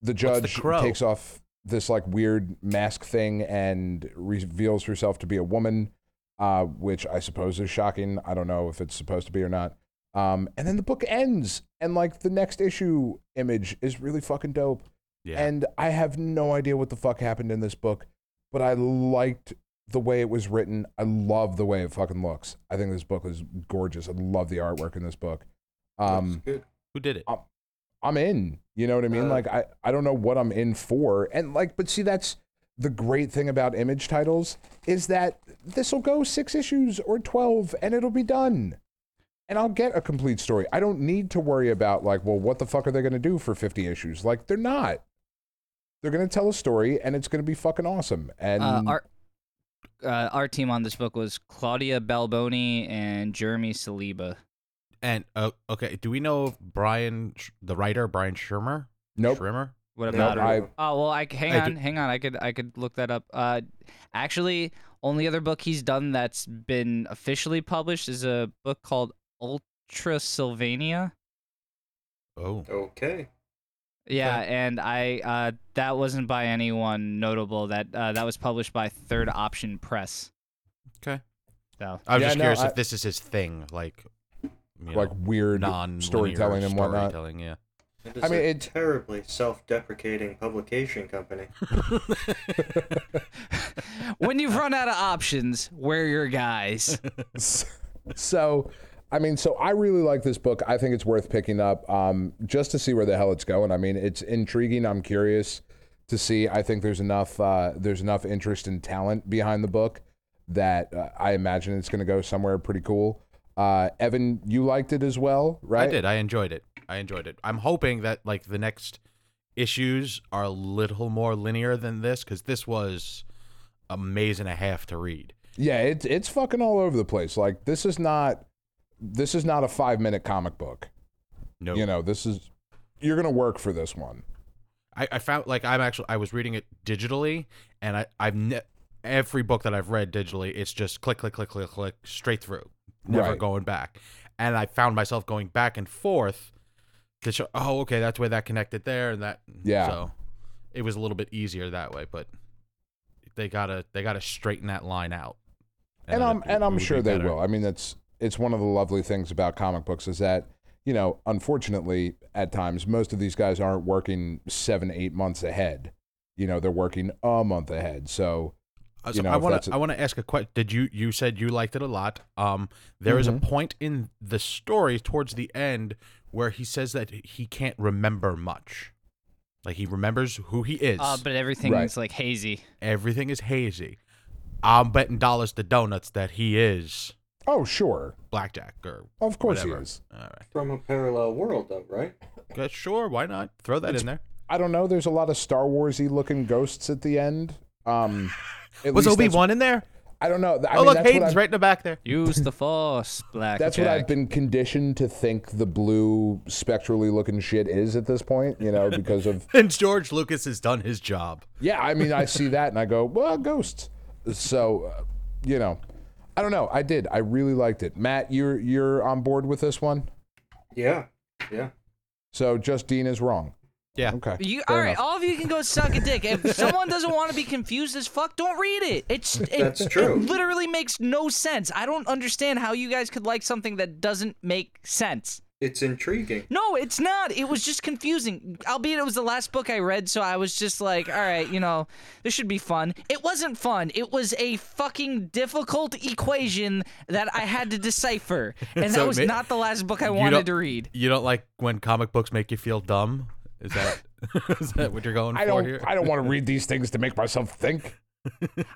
S2: the
S5: the
S2: judge
S5: crow?
S2: takes off this like weird mask thing and reveals herself to be a woman, uh, which I suppose is shocking. I don't know if it's supposed to be or not. Um, and then the book ends, and like the next issue image is really fucking dope.
S5: Yeah.
S2: And I have no idea what the fuck happened in this book, but I liked the way it was written. I love the way it fucking looks. I think this book is gorgeous. I love the artwork in this book. Um,
S3: looks Oh, good.
S5: Who did it?
S2: I'm in. You know what I mean?
S3: Uh,
S2: like I, I don't know what I'm in for. And like, but see, that's the great thing about image titles is that this will go six issues or twelve, and it'll be done. And I'll get a complete story. I don't need to worry about like, well, what the fuck are they going to do for 50 issues? Like, they're not. They're going to tell a story, and it's going to be fucking awesome. And
S4: Uh, art, uh, our team on this book was Claudia Balboni and Jeremy Saliba.
S5: And uh, okay, do we know if Brian, Sh- the writer Brian Schirmer?
S2: Nope.
S5: Schirmer.
S4: What
S3: Nope,
S4: about her?
S2: I-
S4: Oh well, I c- hang
S5: I
S4: on,
S5: do-
S4: hang on. I could I could look that up. Uh, actually, only other book he's done that's been officially published is a book called Ultra Sylvania.
S5: Oh,
S3: Okay.
S4: Yeah,
S5: Okay.
S4: and I uh, that wasn't by anyone notable. That uh, that was published by Third Option Press.
S5: Okay.
S4: So
S5: I was
S2: Yeah,
S5: just
S2: no,
S5: curious
S2: I-
S5: if this is his thing, like, you
S2: like
S5: know,
S2: weird
S5: non
S2: storytelling and whatnot.
S5: Storytelling, yeah.
S3: It is
S2: I mean,
S3: a
S2: it-
S3: terribly self-deprecating publication company.
S4: when you've run out of options, we're your guys.
S2: so I mean, so I really like this book. I think it's worth picking up um, just to see where the hell it's going. I mean, it's intriguing. I'm curious to see. I think there's enough uh, there's enough interest and talent behind the book that uh, I imagine it's going to go somewhere pretty cool. Uh, Evan, you liked it as well, right?
S5: I did. I enjoyed it. I enjoyed it. I'm hoping that like the next issues are a little more linear than this because this was a maze and a half to read.
S2: Yeah, it's it's fucking all over the place. Like this is not this is not a five minute comic book.
S5: No,
S2: You know, this is you're gonna work for this one.
S5: I, I found like I'm actually I was reading it digitally, and I I've ne- every book that I've read digitally, it's just click click click click click straight through, never
S2: Right.
S5: going back. And I found myself going back and forth to show. Oh, okay, that's where that connected there, and that
S2: Yeah.
S5: So it was a little bit easier that way, but they gotta they gotta straighten that line out.
S2: and
S5: then
S2: I'm
S5: it- it
S2: and
S5: would
S2: I'm
S5: be
S2: sure they
S5: better.
S2: will. I mean, that's it's one of the lovely things about comic books is that you know, unfortunately, at times most of these guys aren't working seven, eight months ahead. You know, they're working a month ahead. So
S5: Uh,
S2: you
S5: So
S2: know,
S5: I
S2: if
S5: want
S2: that's
S5: to
S2: a-
S5: I want to ask a question. Did you you said you liked it a lot? Um, there is
S2: Mhm.
S5: a point in the story towards the end where he says that he can't remember much, like he remembers who he is.
S4: Uh, but everything's like hazy.
S5: Everything is hazy. I'm betting dollars to donuts that he is
S2: oh sure,
S5: blackjack or
S2: of course
S5: whatever.
S2: he is.
S5: All right,
S3: From a parallel world, though, right?
S5: Good, sure. Why not throw that in there?
S2: I don't know. There's a lot of Star Warsy looking ghosts at the end. Um, at
S5: Was
S2: least
S5: Obi
S2: that's-
S5: Wan in there?
S2: I don't know. I
S5: oh
S2: mean,
S5: look,
S2: that's what
S5: Hayden's
S2: I've-
S5: right in the back there.
S4: Use the force, black.
S2: That's what I've been conditioned to think the blue spectrally looking shit is at this point, you know, because of
S5: And George Lucas has done his job.
S2: yeah, I mean, I see that and I go, well, ghosts. So, uh, you know, I don't know. I did. I really liked it. Matt, you're you're on board with this one.
S3: Yeah. Yeah.
S2: So Justine is wrong.
S5: Yeah.
S2: Okay.
S4: You,
S2: Fair
S4: all right,
S2: enough.
S4: all of you can go suck a dick. If someone doesn't want to be confused as fuck, don't read it. It's it,
S3: That's true.
S4: It literally makes no sense. I don't understand how you guys could like something that doesn't make sense.
S3: It's intriguing.
S4: No, it's not. It was just confusing. Albeit it was the last book I read, so I was just like, all right, you know, this should be fun. It wasn't fun. It was a fucking difficult equation that I had to decipher, and
S5: So
S4: that
S5: it
S4: was
S5: ma-
S4: not the last book I
S5: You
S4: wanted
S5: don't-
S4: to read.
S5: You don't like when comic books make you feel dumb? Is that is that what you're going
S2: I
S5: for
S2: don't
S5: here?
S2: I don't want to read these things to make myself think.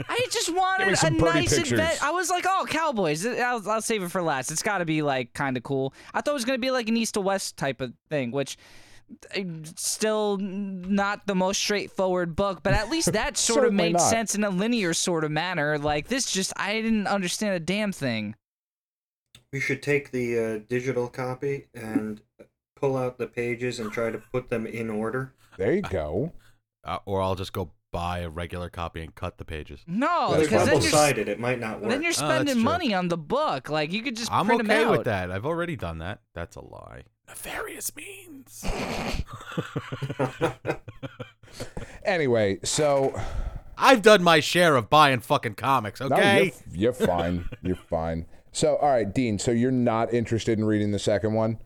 S4: I just wanted
S2: Give me
S4: a
S2: some pretty
S4: nice
S2: pictures.
S4: adventure. I was like, oh, cowboys. I'll, I'll save it for last. It's got to be like kind of cool. I thought it was gonna be like an east to west type of thing, which uh, still not the most straightforward book, but at least that sort of
S2: Certainly
S4: made
S2: not.
S4: sense in a linear sort of manner. Like this, just I didn't understand a damn thing.
S3: We should take the uh, digital copy and pull out the pages and try to put them in order.
S2: There you go.
S5: Uh, or I'll just go buy a regular copy and cut the pages.
S4: No,
S3: It's
S4: because then you're, s-
S3: double-sided. It might not work.
S4: then you're
S5: Oh, that's
S4: spending
S5: true.
S4: money on the book. Like you could just
S5: I'm
S4: print
S5: okay
S4: them out.
S5: with that. I've already done that. That's a lie. Nefarious means.
S2: Anyway, so
S5: I've done my share of buying fucking comics.
S2: no,
S5: Okay.
S2: you're, you're fine. You're fine. So all right, Dean, so you're not interested in reading the second one?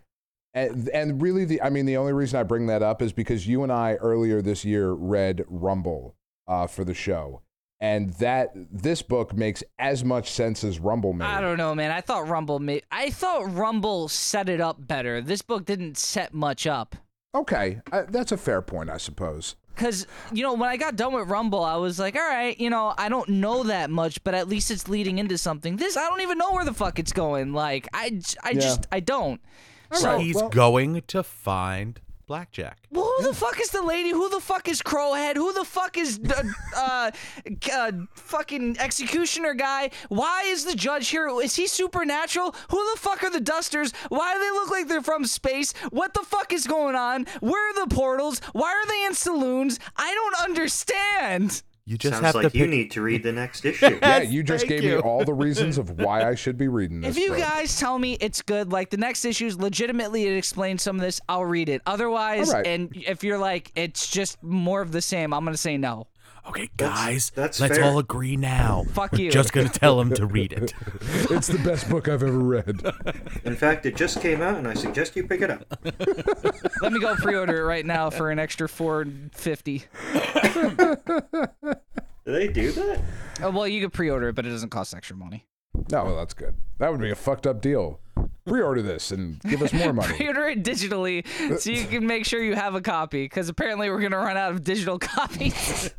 S2: And, and really the I mean the only reason I bring that up is because you and I earlier this year read Rumble uh, for the show. And that this book makes as much sense as Rumble made.
S4: I don't know, man. I thought Rumble made. I thought Rumble set it up better. This book didn't set much up.
S2: Okay, I, that's a fair point, I suppose.
S4: Cause you know when I got done with Rumble, I was like, all right, you know, I don't know that much, but at least it's leading into something. This I don't even know where the fuck it's going. Like I, j- I
S2: Yeah.
S4: just I don't.
S2: All right,
S5: He's
S2: well-
S5: going to find blackjack.
S4: Well, Who the fuck is the lady? Who the fuck is Crowhead? Who the fuck is uh, uh, uh, fucking executioner guy? Why is the judge here? Is he supernatural? Who the fuck are the Dusters? Why do they look like they're from space? What the fuck is going on? Where are the portals? Why are they in saloons? I don't understand.
S5: You just
S3: Sounds
S5: have
S3: like
S5: to
S3: you
S5: pick-
S3: need to read the next issue.
S2: Yeah, you just gave
S5: Thank
S2: me
S5: you.
S2: all the reasons of why I should be reading this.
S4: If you
S2: bro.
S4: guys tell me it's good, like the next issues, legitimately it explains some of this, I'll read it. Otherwise,
S2: All right.
S4: and if you're like it's just more of the same, I'm gonna say no.
S5: Okay,
S3: That's-
S5: guys,
S3: that's
S5: let's
S3: fair.
S5: all agree now.
S4: Fuck
S5: We're
S4: you.
S5: Just gonna tell him to read it.
S2: it's the best book I've ever read.
S3: In fact, it just came out, and I suggest you pick it up.
S4: Let me go pre-order it right now for an extra four fifty.
S3: Do they do that?
S4: Oh, well, you could pre-order it, but it doesn't cost extra money.
S2: No, well, that's good. That would be a fucked up deal. Pre-order this and give us more money.
S4: Pre-order it digitally so you can make sure you have a copy, because apparently we're gonna run out of digital copies.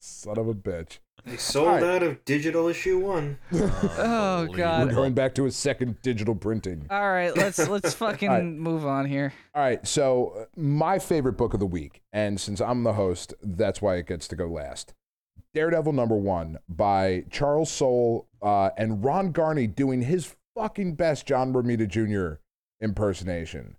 S2: Son of a bitch.
S3: They sold
S2: Alright.
S3: out of digital issue one.
S4: oh
S2: We're
S4: god.
S2: going back to a second digital printing.
S4: All right, let's let's fucking
S2: All right.
S4: move on here.
S2: All right, so uh, my favorite book of the week, and since I'm the host, that's why it gets to go last. Daredevil number one by Charles Soule uh, and Ron Garney doing his fucking best John Romita Jr. impersonation,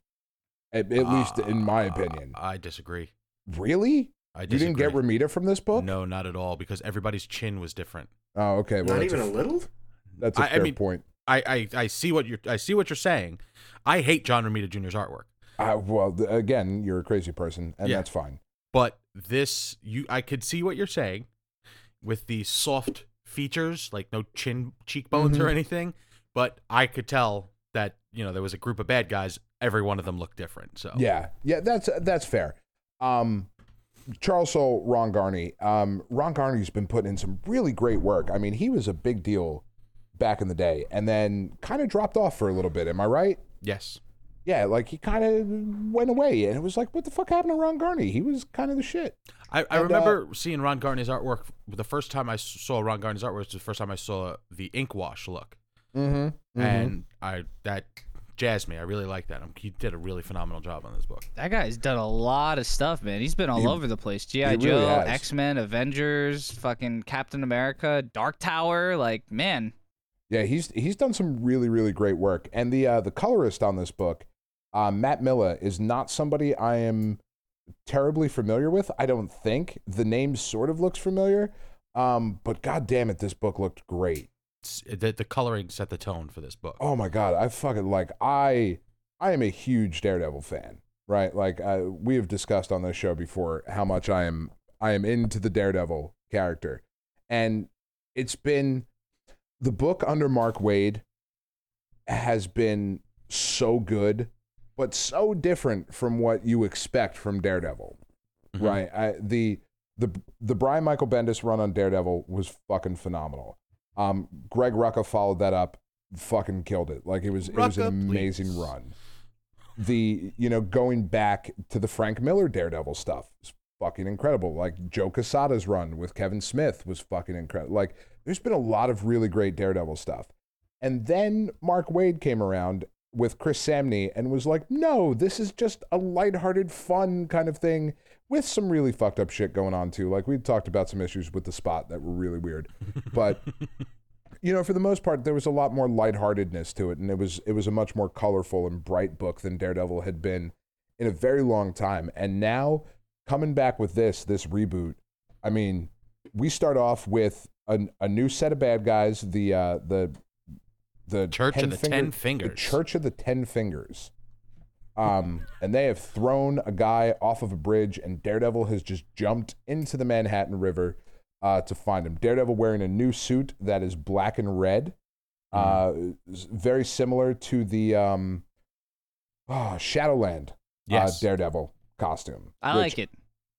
S2: at, at least in my
S5: Uh,
S2: opinion.
S5: I disagree.
S2: Really?
S5: I
S2: You
S5: disagree.
S2: didn't get Romita from this book?
S5: No, not at all, because everybody's chin was different.
S2: Oh, okay. Well,
S3: Not
S2: that's
S3: even
S2: a,
S3: a little.
S2: that's a
S5: I- I
S2: fair
S5: mean-
S2: point.
S5: I, I, I see what you're I see what you're saying. I hate John Romita Jr.'s artwork,
S2: Uh, well, th- again, you're a crazy person, and
S5: Yeah.
S2: that's fine.
S5: but this you I could see what you're saying with the soft features, like no chin cheekbones or anything. But I could tell that you know there was a group of bad guys. Every one of them looked different. So
S2: Yeah, yeah, that's that's fair. Um, Charles Soule, Ron Garney. Um, Ron Garney's been putting in some really great work. I mean, he was a big deal back in the day, and then kind of dropped off for a little bit. Am I right?
S5: yes,
S2: Yeah, like he kind of went away, and it was like, what the fuck happened to Ron Garney? He was kind of the shit.
S5: I, I
S2: And, uh,
S5: remember seeing Ron Garney's artwork. The first time I saw Ron Garney's artwork was the first time I saw the ink wash look,
S2: Mm-hmm.
S5: and I that jazzed me. I really liked that. Um, He did a really phenomenal job on this book.
S4: That guy's done a lot of stuff, man. He's been all over the place. GI
S2: he really
S4: Joe,
S2: has.
S4: X Men, Avengers, fucking Captain America, Dark Tower. Like, man,
S2: Yeah, he's he's done some really really great work, and the uh, the colorist on this book, uh, Matt Miller, is not somebody I am terribly familiar with. I don't think the name sort of looks familiar, um, but god damn it, this book looked great.
S5: It's- The, the coloring set the tone for this book.
S2: Oh my god, I fucking like I I am a huge Daredevil fan, right? Like uh, we have discussed on this show before how much I am I am into the Daredevil character, and it's been the book under Mark Wade has been so good, but so different from what you expect from Daredevil,
S5: Mhm.
S2: right? I, the the the Brian Michael Bendis run on Daredevil was fucking phenomenal. Um, Greg Rucka followed that up, fucking killed it. Like it was it was an
S5: Rucka,
S2: amazing
S5: please.
S2: run. The you know going back to the Frank Miller Daredevil stuff is fucking incredible. Like Joe Casada's run with Kevin Smith was fucking incredible. Like there's been a lot of really great Daredevil stuff. And then Mark Wade came around with Chris Samney and was like, no, this is just a lighthearted, fun kind of thing with some really fucked up shit going on too. Like we talked about some issues with the spot that were really weird. But you know, for the most part, there was a lot more lightheartedness to it, and it was it was a much more colorful and bright book than Daredevil had been in a very long time. And now coming back with this this reboot, I mean, we start off with a, a new set of bad guys, the uh, the the
S5: Church of the
S2: finger-
S5: Ten Fingers.
S2: the Church of the Ten Fingers. Um, and they have thrown a guy off of a bridge, and Daredevil has just jumped into the Manhattan River uh, to find him. Daredevil wearing a new suit that is black and red, uh,
S4: Mm.
S2: s- very similar to the um, oh, Shadowland
S5: Yes.
S2: uh, Daredevil costume.
S4: I
S2: which
S4: like it.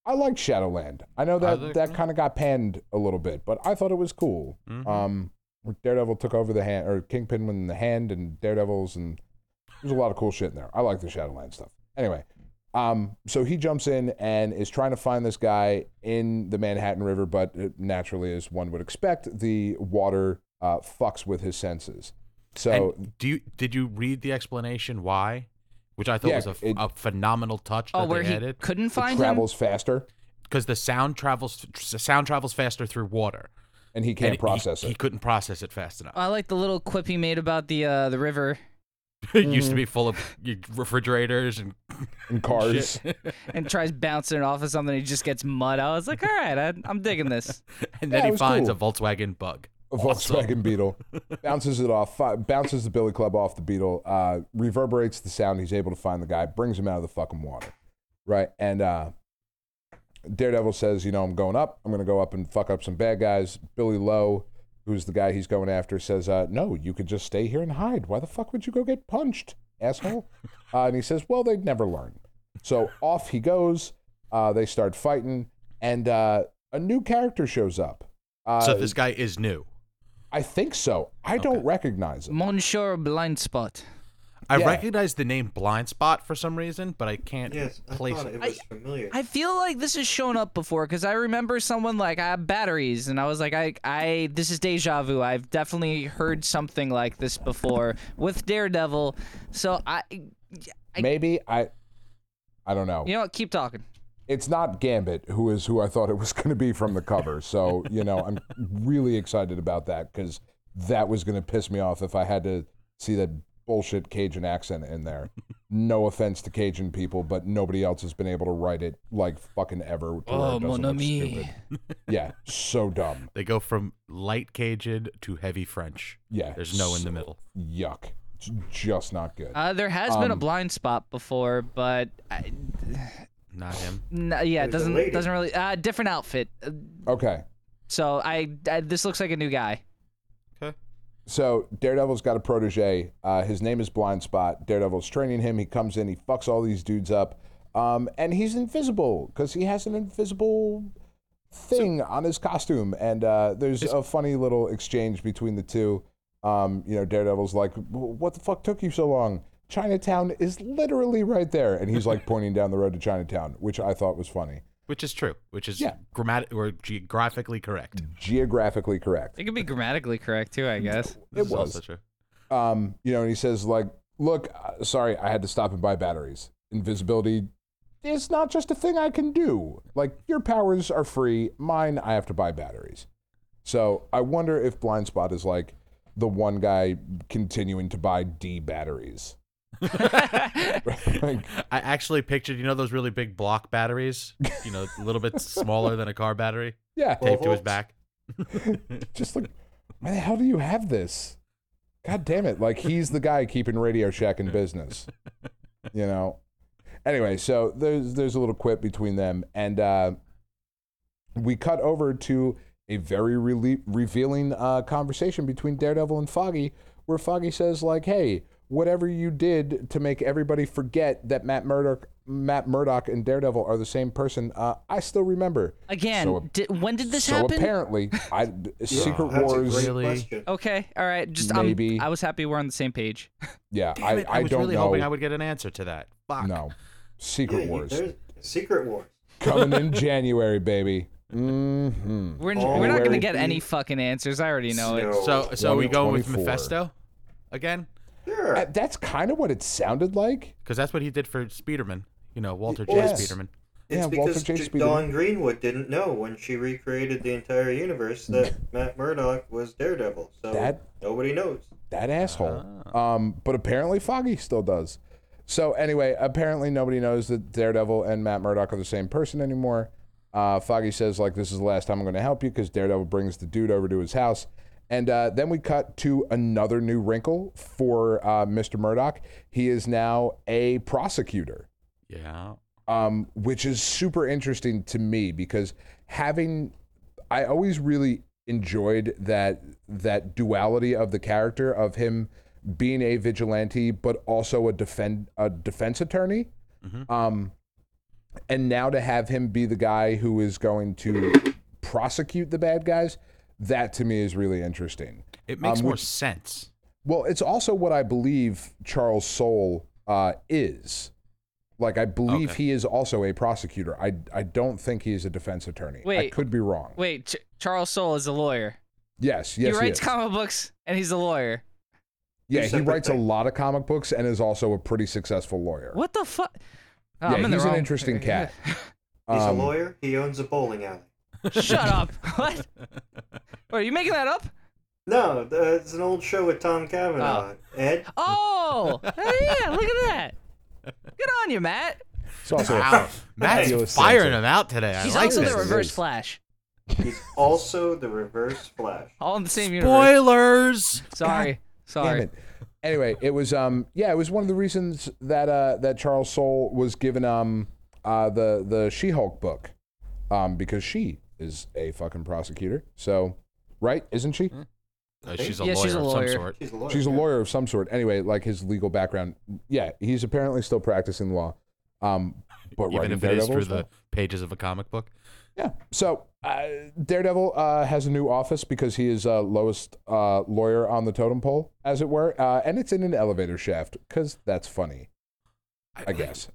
S2: I liked Shadowland. I know that
S5: like
S2: that
S5: that.
S2: kind of got panned a little bit, but I thought it was cool.
S5: Mhm.
S2: Um, where Daredevil took over the hand, or Kingpin went in the hand, and Daredevils, and there's a lot of cool shit in there. I like the Shadowland stuff. Anyway, um, so he jumps in and is trying to find this guy in the Manhattan River, but uh, naturally, as one would expect, the water uh, fucks with his senses. So
S5: And do you did you read the explanation why? which I thought
S2: Yeah,
S5: was a, f-
S2: it-
S5: a phenomenal touch
S4: Oh,
S5: that
S4: where
S5: they
S4: he
S5: added
S4: couldn't
S2: It
S4: find him.
S2: travels faster
S5: because the sound travels the sound travels faster through water.
S2: and he
S5: and
S2: can't
S5: he-
S2: process
S5: He
S2: it.
S5: couldn't process it fast enough.
S4: I like the little quip he made about the uh, the river
S5: it used
S2: Mm-hmm.
S5: to be full of your refrigerators and
S2: in cars.
S4: and tries bouncing it off of something. He just gets mud. I was like, all right, I, I'm digging this.
S5: and
S2: Yeah,
S5: then
S2: it
S5: he
S2: was
S5: finds
S2: cool.
S5: a Volkswagen bug.
S2: a Volkswagen Beetle, bounces it off, fi- bounces the billy club off the Beetle, uh, reverberates the sound. He's able to find the guy, brings him out of the fucking water, right? And uh, Daredevil says, you know, I'm going up. I'm gonna go up and fuck up some bad guys. Billy Lowe, who's the guy he's going after, says, uh, no, you could just stay here and hide. Why the fuck would you go get punched, asshole? Uh, and he says, well, they'd never learn. So off he goes. Uh, they start fighting, and uh, a new character shows up. Uh,
S5: so this guy is new.
S2: I think so. I don't recognize him.
S4: Monsieur Blind Spot.
S5: I
S2: Yeah.
S5: recognize the name Blind Spot for some reason, but I can't
S3: Yes, I
S5: place
S3: thought
S5: it.
S3: it was familiar.
S4: I feel like this has shown up before because I remember someone like I have batteries, and I was like, I, I, this is deja vu. I've definitely heard something like this before with Daredevil. So I, you
S2: Maybe I. I don't know.
S4: know, what? keep talking.
S2: It's not Gambit, who is who I thought it was going to be from the cover. So you know, I'm really excited about that because that was going to piss me off if I had to see that bullshit Cajun accent in there. No offense to Cajun people, but nobody else has been able to write it like fucking ever. to where
S4: Oh,
S2: it doesn't
S4: mon
S2: look
S4: ami.
S2: stupid. Yeah, so dumb.
S5: They go from light Cajun to heavy French.
S2: Yeah,
S5: There's no in the middle.
S2: Yuck. It's just not good.
S4: Uh, there has
S2: Um,
S4: been a blind spot before, but I,
S5: Not him.
S4: n- yeah, it
S3: There's a
S4: doesn't
S3: lady.
S4: doesn't really uh, different outfit. Uh,
S2: Okay.
S4: So I, I, this looks like a new guy.
S2: So Daredevil's got a protege. Uh, his name is Blind Spot. Daredevil's training him. He comes in. He fucks all these dudes up, um, and he's invisible because he has an invisible thing on his costume. And uh, there's a funny little exchange between the two. Um, you know, Daredevil's like, "W- "What the fuck took you so long? Chinatown is literally right there," and he's like pointing down the road to Chinatown, which I thought was funny.
S5: Which is true. Which is
S2: Yeah.
S5: grammatic or geographically correct.
S2: Geographically correct.
S4: It could be grammatically correct too, I guess.
S5: This is
S2: was.
S5: also true.
S2: um, you know, and he says like, "Look, uh, sorry, I had to stop and buy batteries. Invisibility is not just a thing I can do. Like your powers are free, mine I have to buy batteries." So I wonder if Blind Spot is like the one guy continuing to buy D batteries. Like,
S5: I actually pictured, you know, those really big block batteries. You know, a little bit smaller than a car battery,
S2: yeah,
S5: taped to his
S3: Volts.
S5: back.
S2: just like, why the hell do you have this? God damn it! Like he's the guy keeping Radio Shack in business, you know. Anyway, so there's there's a little quip between them, and uh, we cut over to a very rele revealing uh, conversation between Daredevil and Foggy, where Foggy says like, "Hey, whatever you did to make everybody forget that Matt Murdock, Matt Murdock and Daredevil are the same person, uh, I still remember."
S4: Again,
S2: So-
S4: di- when did this
S2: so
S4: happen?
S2: apparently, I, Secret
S3: That's a
S2: Wars.
S3: great
S5: Really?
S3: question.
S4: Okay, all right. Just I'm-
S2: Maybe.
S4: I was happy we're on the same page.
S2: Yeah,
S5: Damn it, I,
S2: I, I,
S5: was
S2: don't
S5: really
S2: know.
S5: hoping I would get an answer to that. Fuck.
S2: No,
S3: Yeah,
S2: Secret
S3: you-
S2: Wars
S3: there's- Secret Wars.
S2: coming in January, baby. hmm
S4: We're,
S3: Oh,
S4: we're not
S2: where
S4: gonna
S2: would
S4: get
S3: be-
S4: any fucking answers. I already know it.
S5: So, so are we going with
S2: 124.
S5: Mephisto again?
S3: Sure.
S2: Uh, That's kind of what it sounded like.
S5: Because that's what he did for Speederman. You know, Walter J.
S2: Yes.
S5: Speederman.
S2: Yeah,
S3: It's
S2: Walter
S3: because
S2: J.
S3: J-
S2: Speedy.
S3: Dawn Greenwood didn't know when she recreated the entire universe that Matt Murdock was Daredevil. So
S2: That-
S3: nobody knows.
S2: That asshole. Um, but apparently Foggy still does. So anyway, apparently nobody knows that Daredevil and Matt Murdock are the same person anymore. Uh, Foggy says like this is the last time I'm going to help you because Daredevil brings the dude over to his house, and uh, then we cut to another new wrinkle for uh, Mr. Murdock. He is now a prosecutor.
S5: Yeah.
S2: um, which is super interesting to me because having I always really enjoyed that that duality of the character of him being a vigilante but also a defend a defense attorney. Um, and now to have him be the guy who is going to prosecute the bad guys, that to me is really interesting.
S5: It makes
S2: Um,
S5: more
S2: would-
S5: sense.
S2: Well, it's also what I believe Charles Soule uh, is. Like I believe
S5: Okay.
S2: he is also a prosecutor. I I don't think he is a defense attorney. I
S4: Wait.
S2: could be wrong.
S4: Wait, Ch- Charles Soule is a lawyer.
S2: Yes, yes, he
S4: he writes
S2: is.
S4: comic books and he's a lawyer.
S2: Yeah, he
S3: separate
S2: writes a
S3: things.
S2: lot of comic books and is is also a pretty successful lawyer.
S4: What the Oh, fuck?
S2: Yeah, he's an interesting cat.
S3: He's
S2: Um,
S3: a lawyer. He owns a bowling alley.
S4: Shut up. What? Wait, are you making that up?
S3: No, th- it's an old show with Tom Cavanaugh. Ed,
S4: Oh, yeah, look at that. Good on you, Matt.
S2: It's also
S5: Wow,
S2: Fabulous
S5: Matt's
S2: sensor.
S5: firing him out today. I
S4: He's
S5: like
S4: also
S5: this.
S4: the reverse
S2: Yes.
S4: flash.
S3: he's also the Reverse Flash.
S4: All in the same universe.
S5: Spoilers.
S4: Sorry.
S2: damn
S4: Sorry.
S2: it. Anyway, it was um yeah, it was one of the reasons that uh that Charles Soule was given um uh the the She-Hulk book um because she is a fucking prosecutor. So, right? Isn't she?
S5: Uh, she's a
S4: Yeah,
S5: lawyer
S4: she's a
S5: of
S4: lawyer.
S5: some sort.
S3: She's a lawyer.
S2: She's a
S3: yeah.
S2: lawyer of some sort. Anyway, like his legal background. Yeah, he's apparently still practicing law. Um but
S5: Even
S2: writing
S5: if it is
S2: Daredevil
S5: through
S2: as well.
S5: the pages of a comic book.
S2: Yeah. So uh, Daredevil uh, has a new office because he is uh, lowest uh, lawyer on the totem pole, as it were, uh, and it's in an elevator shaft because that's funny. I guess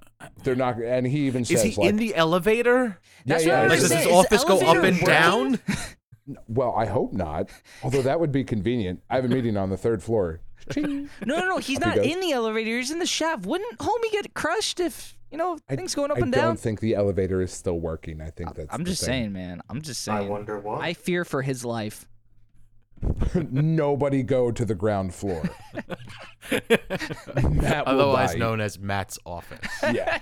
S2: they're not, and he even
S5: Is
S2: says
S5: he
S2: like,
S5: in the elevator?
S4: That's
S2: Yeah, yeah,
S4: what I
S5: Like,
S4: was
S5: does
S2: yeah.
S4: saying.
S5: his
S4: Is the
S5: office go up
S4: elevator
S5: and
S4: working?
S5: down?
S2: "Well, I hope not." Although that would be convenient. I have a meeting on the third floor. Ching.
S4: No, no, no. He's
S2: Up he
S4: not
S2: goes.
S4: in the elevator. He's in the shaft. Wouldn't homie get crushed if you know
S2: I-
S4: things going up
S2: I
S4: and down?
S2: don't think the elevator is still working. I think that's.
S4: I'm
S2: the
S4: just
S2: thing.
S4: saying, man. I'm just saying.
S3: I wonder why.
S4: I fear for his life.
S2: Nobody go to the ground floor. Matt will
S5: Otherwise
S2: die.
S5: known as Matt's office.
S2: yeah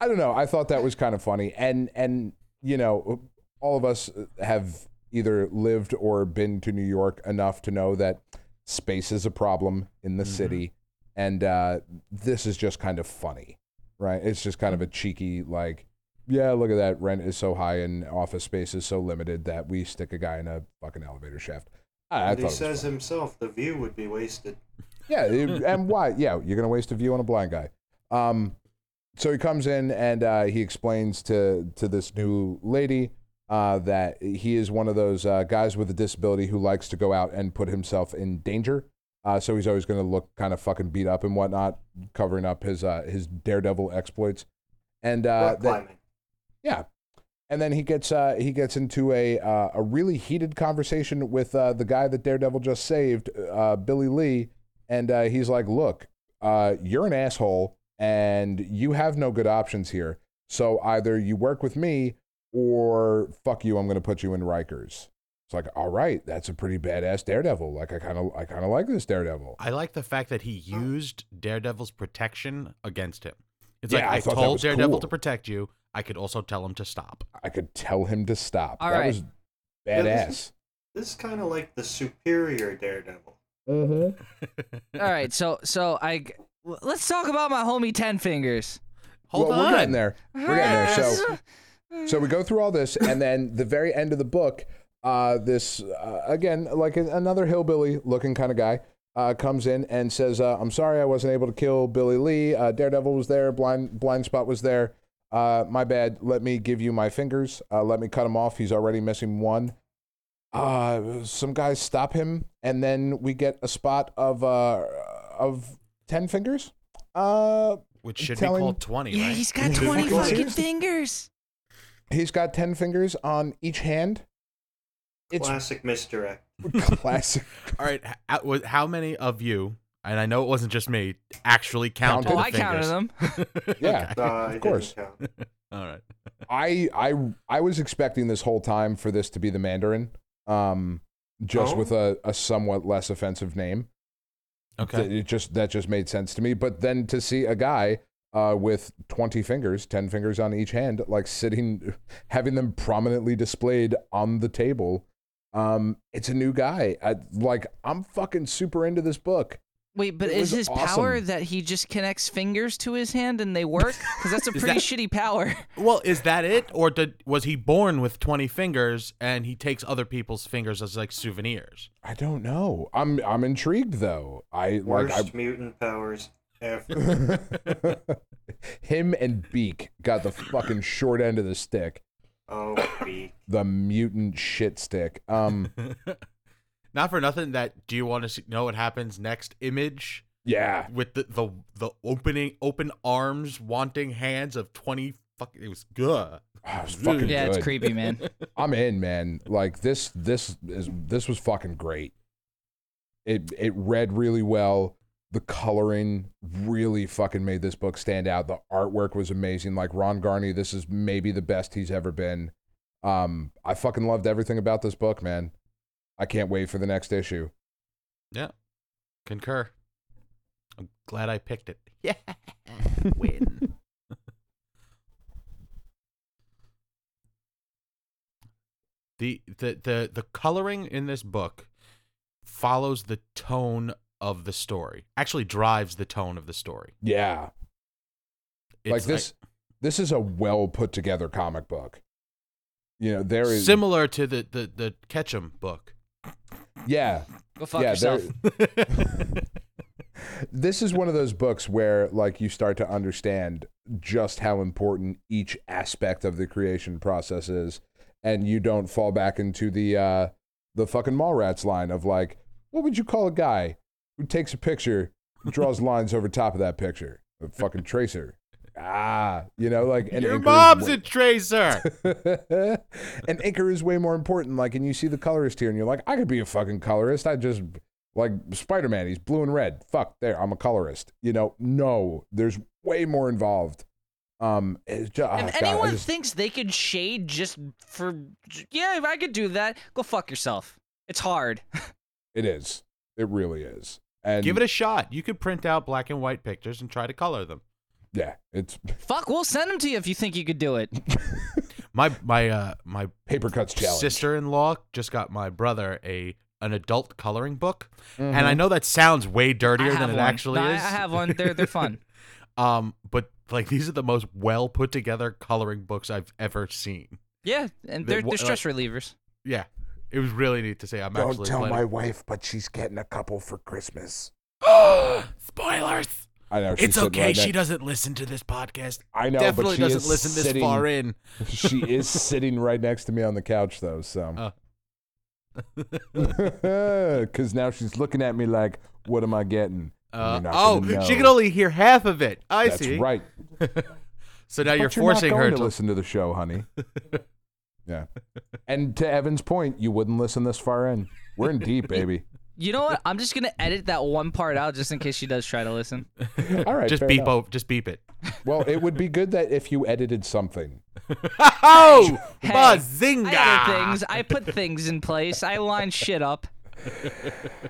S2: i don't know i thought that was kind of funny and and you know all of us have either lived or been to new york enough to know that space is a problem in the city and uh this is just kind of funny right it's just kind of a cheeky like yeah look at that rent is so high and office space is so limited that we stick a guy in a fucking elevator shaft i, I
S3: And
S2: thought it
S3: he
S2: was
S3: says
S2: funny.
S3: himself the view would be wasted.
S2: Yeah, it- and why? Yeah, you're gonna waste a view on a blind guy. Um, so he comes in and uh, he explains to to this new lady uh, that he is one of those uh, guys with a disability who likes to go out and put himself in danger. Uh, so he's always gonna look kind of fucking beat up and whatnot, covering up his uh, his daredevil exploits. And uh,
S3: Rock
S2: that-
S3: climbing.
S2: yeah. And then he gets uh, he gets into a uh, a really heated conversation with uh, the guy that Daredevil just saved, uh, Billy Lee, and uh, he's like, "Look, uh, you're an asshole, and you have no good options here. So either you work with me, or fuck you. I'm going to put you in Rikers." It's like, all right, that's a pretty badass Daredevil. Like, I kind of I kind of like this Daredevil.
S5: I like the fact that he used Daredevil's protection against him. It's
S2: Yeah,
S5: like
S2: I
S5: I,
S2: thought that
S5: told
S2: was
S5: Daredevil
S2: cool.
S5: to protect you. I could also tell him to stop.
S2: I could tell him to stop.
S4: All
S2: that
S4: right.
S2: was
S3: Yeah, this
S2: badass.
S3: This is kind of like the superior Daredevil.
S4: All right, so so I g- w- let's talk about my homie Ten Fingers.
S5: Hold
S2: well,
S5: on.
S2: we're getting there. We're getting there. So.
S4: Yes.
S2: So we go through all this, and then the very end of the book, uh, this uh, again, like an- another hillbilly looking kind of guy, uh, comes in and says, uh, "I'm sorry, I wasn't able to kill Billy Lee. Uh, Daredevil was there. Blind Blind Spot was there. Uh, my bad. Let me give you my fingers. Uh, let me cut him off. He's already missing one." Uh, some guys stop him, and then we get a spot of uh, of ten fingers. Uh,
S5: Which should be
S2: Telling-
S5: called 20,
S4: yeah,
S5: right?
S4: he's got twenty
S2: Seriously?
S4: fucking fingers.
S2: he's got ten fingers on each hand. It's
S3: Classic misdirect.
S2: classic.
S5: All right. h- How, was- how many of you, and I know it wasn't just me, actually counted
S4: Oh,
S5: the
S4: I counted
S5: fingers?
S4: them.
S2: Yeah.
S5: Okay.
S3: Uh, I didn't
S2: course.
S3: count.
S5: All right.
S2: I I I was expecting this whole time for this to be the Mandarin, um, just
S3: Oh.
S2: with a, a somewhat less offensive name. Th-
S5: Okay.
S2: It just that just made sense to me. But then to see a guy uh, with twenty fingers, ten fingers on each hand, like sitting, having them prominently displayed on the table, um, it's a new guy. I, like I'm fucking super into this book.
S4: Wait, but
S2: It was
S4: is his power
S2: awesome.
S4: that he just connects fingers to his hand and they work? Because that's a
S5: Is
S4: pretty
S5: that-
S4: shitty power.
S5: Well, is that it, or did was he born with twenty fingers and he takes other people's fingers as like souvenirs?
S2: I don't know. I'm I'm intrigued though. I like
S3: Worst
S2: I,
S3: mutant powers ever.
S2: Him and Beak got the fucking short end of the stick,
S3: Oh, beak.
S2: the mutant shit stick. Um,
S5: Not for nothing. That do you want to see, know what happens next? Image
S2: yeah,
S5: with the the the opening open arms, wanting hands of twenty. Fuck, it was good.
S2: Ah, it was fucking
S4: Yeah, it's
S2: good.
S4: creepy, man.
S2: I'm in, man. Like this, this is this was fucking great. It it read really well. The coloring really fucking made this book stand out. The artwork was amazing. Like Ron Garney, this is maybe the best he's ever been. Um, I fucking loved everything about this book, man. I can't wait for the next issue.
S5: Yeah. Concur. I'm glad I picked it. Yeah. Win. the, the the the coloring in this book follows the tone of the story. Actually drives the tone of the story.
S2: Yeah.
S5: It's
S2: like this this is a well put together comic book. You know, there is
S5: similar to the the the Ketchum book.
S2: yeah,
S4: Go fuck
S2: yeah, there-
S4: yourself.
S2: this is one of those books where like you start to understand just how important each aspect of the creation process is and you don't fall back into the uh the fucking mallrats line of like what would you call a guy who takes a picture draws lines over top of that picture a fucking tracer ah you know like and
S5: Your
S2: anchor is
S5: mom's
S2: way-
S5: a tracer.
S2: and anchor is way more important like and you see the colorist here and you're like i could be a fucking colorist i just like spider-man he's blue and red fuck there i'm a colorist you know no there's way more involved um it's just,
S5: Ah,
S2: oh,
S4: if
S2: God, I
S4: anyone
S2: just-
S4: thinks they can shade just for, yeah, if I could do that, go fuck yourself. It's hard.
S2: it is it really is and
S5: Give it a shot. You could print out black and white pictures and try to color them.
S2: yeah it's
S4: fuck, we'll send them to you if you think you could do it.
S5: My my uh my
S2: paper cuts challenge
S5: sister-in-law just got my brother a an adult coloring book, and
S2: Mm-hmm.
S5: I know that sounds way dirtier
S4: I have
S5: than it
S4: one.
S5: actually
S4: No, I-
S5: is.
S4: I have one. They're they're fun.
S5: um, but like these are the most well put together coloring books I've ever seen.
S4: Yeah, and
S5: The
S4: they're,
S5: wha-
S4: they're stress relievers.
S5: Yeah, it was really neat to say. I'm
S2: don't
S5: actually
S2: tell my
S5: planning-
S2: wife but she's getting a couple for christmas
S5: spoilers.
S2: i know she's
S5: It's
S2: sitting
S5: okay.
S2: right
S5: she
S2: next-
S5: doesn't listen to this podcast.
S2: i know
S5: Definitely
S2: but she
S5: doesn't
S2: is
S5: listen this
S2: sitting,
S5: far in.
S2: she is sitting right next to me on the couch though so
S5: Oh.
S2: Because now she's looking at me like, what am I getting? And
S5: Uh,
S2: you're not gonna
S5: oh,
S2: know.
S5: she can only hear half of it. I
S2: That's
S5: see.
S2: right.
S5: So now
S2: But
S5: you're forcing
S2: not
S5: her
S2: going to listen to the show, honey. yeah. And to Evan's point, you wouldn't listen this far in. We're in deep, baby.
S4: You know what? I'm just gonna edit that one part out just in case she does try to listen.
S2: All right.
S5: just
S2: fair
S5: beep
S2: enough.
S5: o- just beep it.
S2: Well, it would be good that if you edited something.
S5: Oh,
S4: Hey,
S5: bazinga!
S4: I edit things. I put things in place. I line shit up.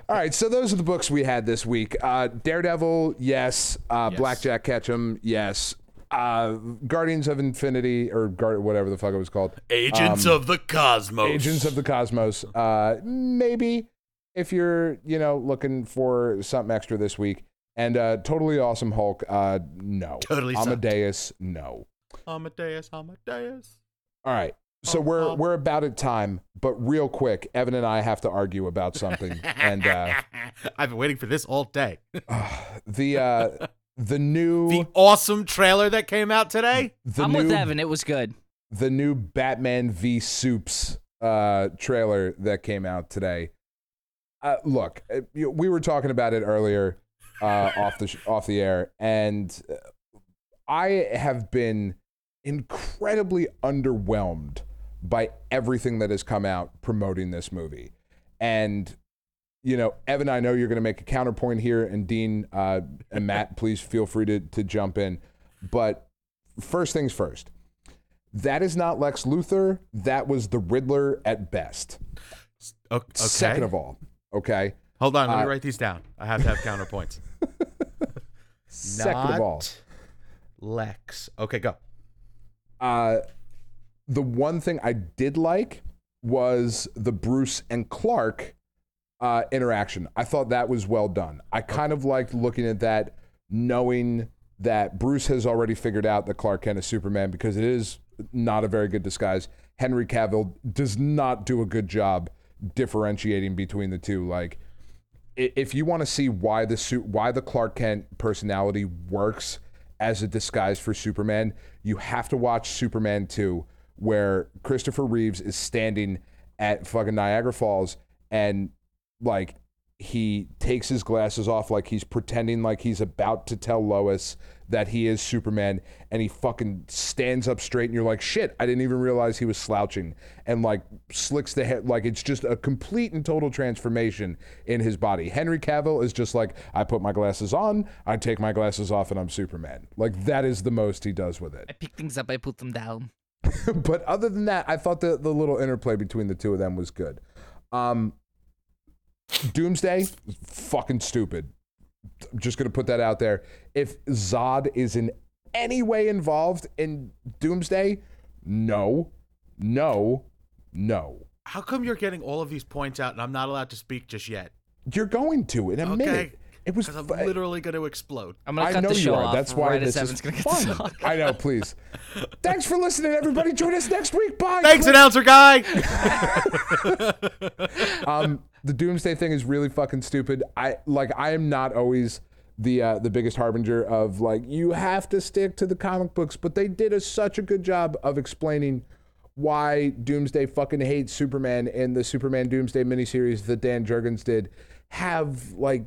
S2: All right, so those are the books we had this week. Uh, Daredevil, yes. Uh,
S5: Yes.
S2: Blackjack Ketchum, yes. Uh, Guardians of Infinity, or Guard- whatever the fuck it was called.
S5: Agents of the Cosmos.
S2: Um, Agents of the Cosmos. Uh, maybe if you're, you know, looking for something extra this week. And uh, Totally Awesome Hulk, uh, no.
S5: Totally sucked.
S2: Amadeus, no.
S5: Amadeus, Amadeus.
S2: All right. So
S5: Oh,
S2: we're
S5: oh.
S2: we're about at time, but real quick, Evan and I have to argue about something. and uh,
S5: I've been waiting for this all day.
S2: the uh, the new
S5: The awesome trailer that came out today.
S2: the
S4: I'm
S2: new
S4: with Evan. It was good.
S2: the new Batman v Supes uh, trailer that came out today. Uh, look, uh, you- we were talking about it earlier uh, off the sh- off the air, and uh, I have been incredibly underwhelmed by everything that has come out promoting this movie. And you know, Evan, I know you're going to make a counterpoint here, and Dean uh, and Matt, please feel free to to jump in. But first things first, that is not Lex Luthor. That was the Riddler at best.
S5: O- Okay.
S2: Mm. Second of all, okay.
S5: Hold on, let
S2: uh,
S5: me write these down. I have to have counterpoints.
S2: Second of all,
S5: Not Lex. Okay, go.
S2: uh, the one thing I did like was the Bruce and Clark uh, interaction. I thought that was well done. I kind of liked looking at that, knowing that Bruce has already figured out that Clark Kent is Superman because it is not a very good disguise. Henry Cavill does not do a good job differentiating between the two. Like, i- if you want to see why the suit, why the Clark Kent personality works as a disguise for Superman, you have to watch Superman 2, where Christopher Reeves is standing at fucking Niagara Falls and like he takes his glasses off like he's pretending like he's about to tell Lois that he is Superman and he fucking stands up straight and you're like shit I didn't even realize he was slouching and like slicks the head like it's just a complete and total transformation in his body. Henry Cavill is just like I put my glasses on, I take my glasses off and I'm Superman. Like that is the most he does with it
S4: I pick things up, I put them down.
S2: but other than that, I thought the, the little interplay between the two of them was good. Um, Doomsday, fucking stupid. I'm just gonna put that out there. If Zod is in any way involved in Doomsday, no, no, no.
S5: How come you're getting all of these points out and I'm not allowed to speak just yet?
S2: You're going to in a
S5: Okay.
S2: minute. It was
S5: Because I'm
S2: fu-
S5: literally going to explode.
S4: I'm gonna
S2: I
S4: cut
S2: know
S4: the show
S2: you are.
S4: off.
S2: That's why
S4: right
S2: this is
S4: as Evan's gonna get
S2: fun.
S4: to talk.
S2: I know. Please. Thanks for listening, everybody. Join us next week. Bye.
S5: Thanks, announcer guy.
S2: um, the doomsday thing is really fucking stupid. I like I am not always the uh, the biggest harbinger of like you have to stick to the comic books, but they did a, such a good job of explaining why Doomsday fucking hates Superman and the Superman Doomsday miniseries that Dan Jurgens did have like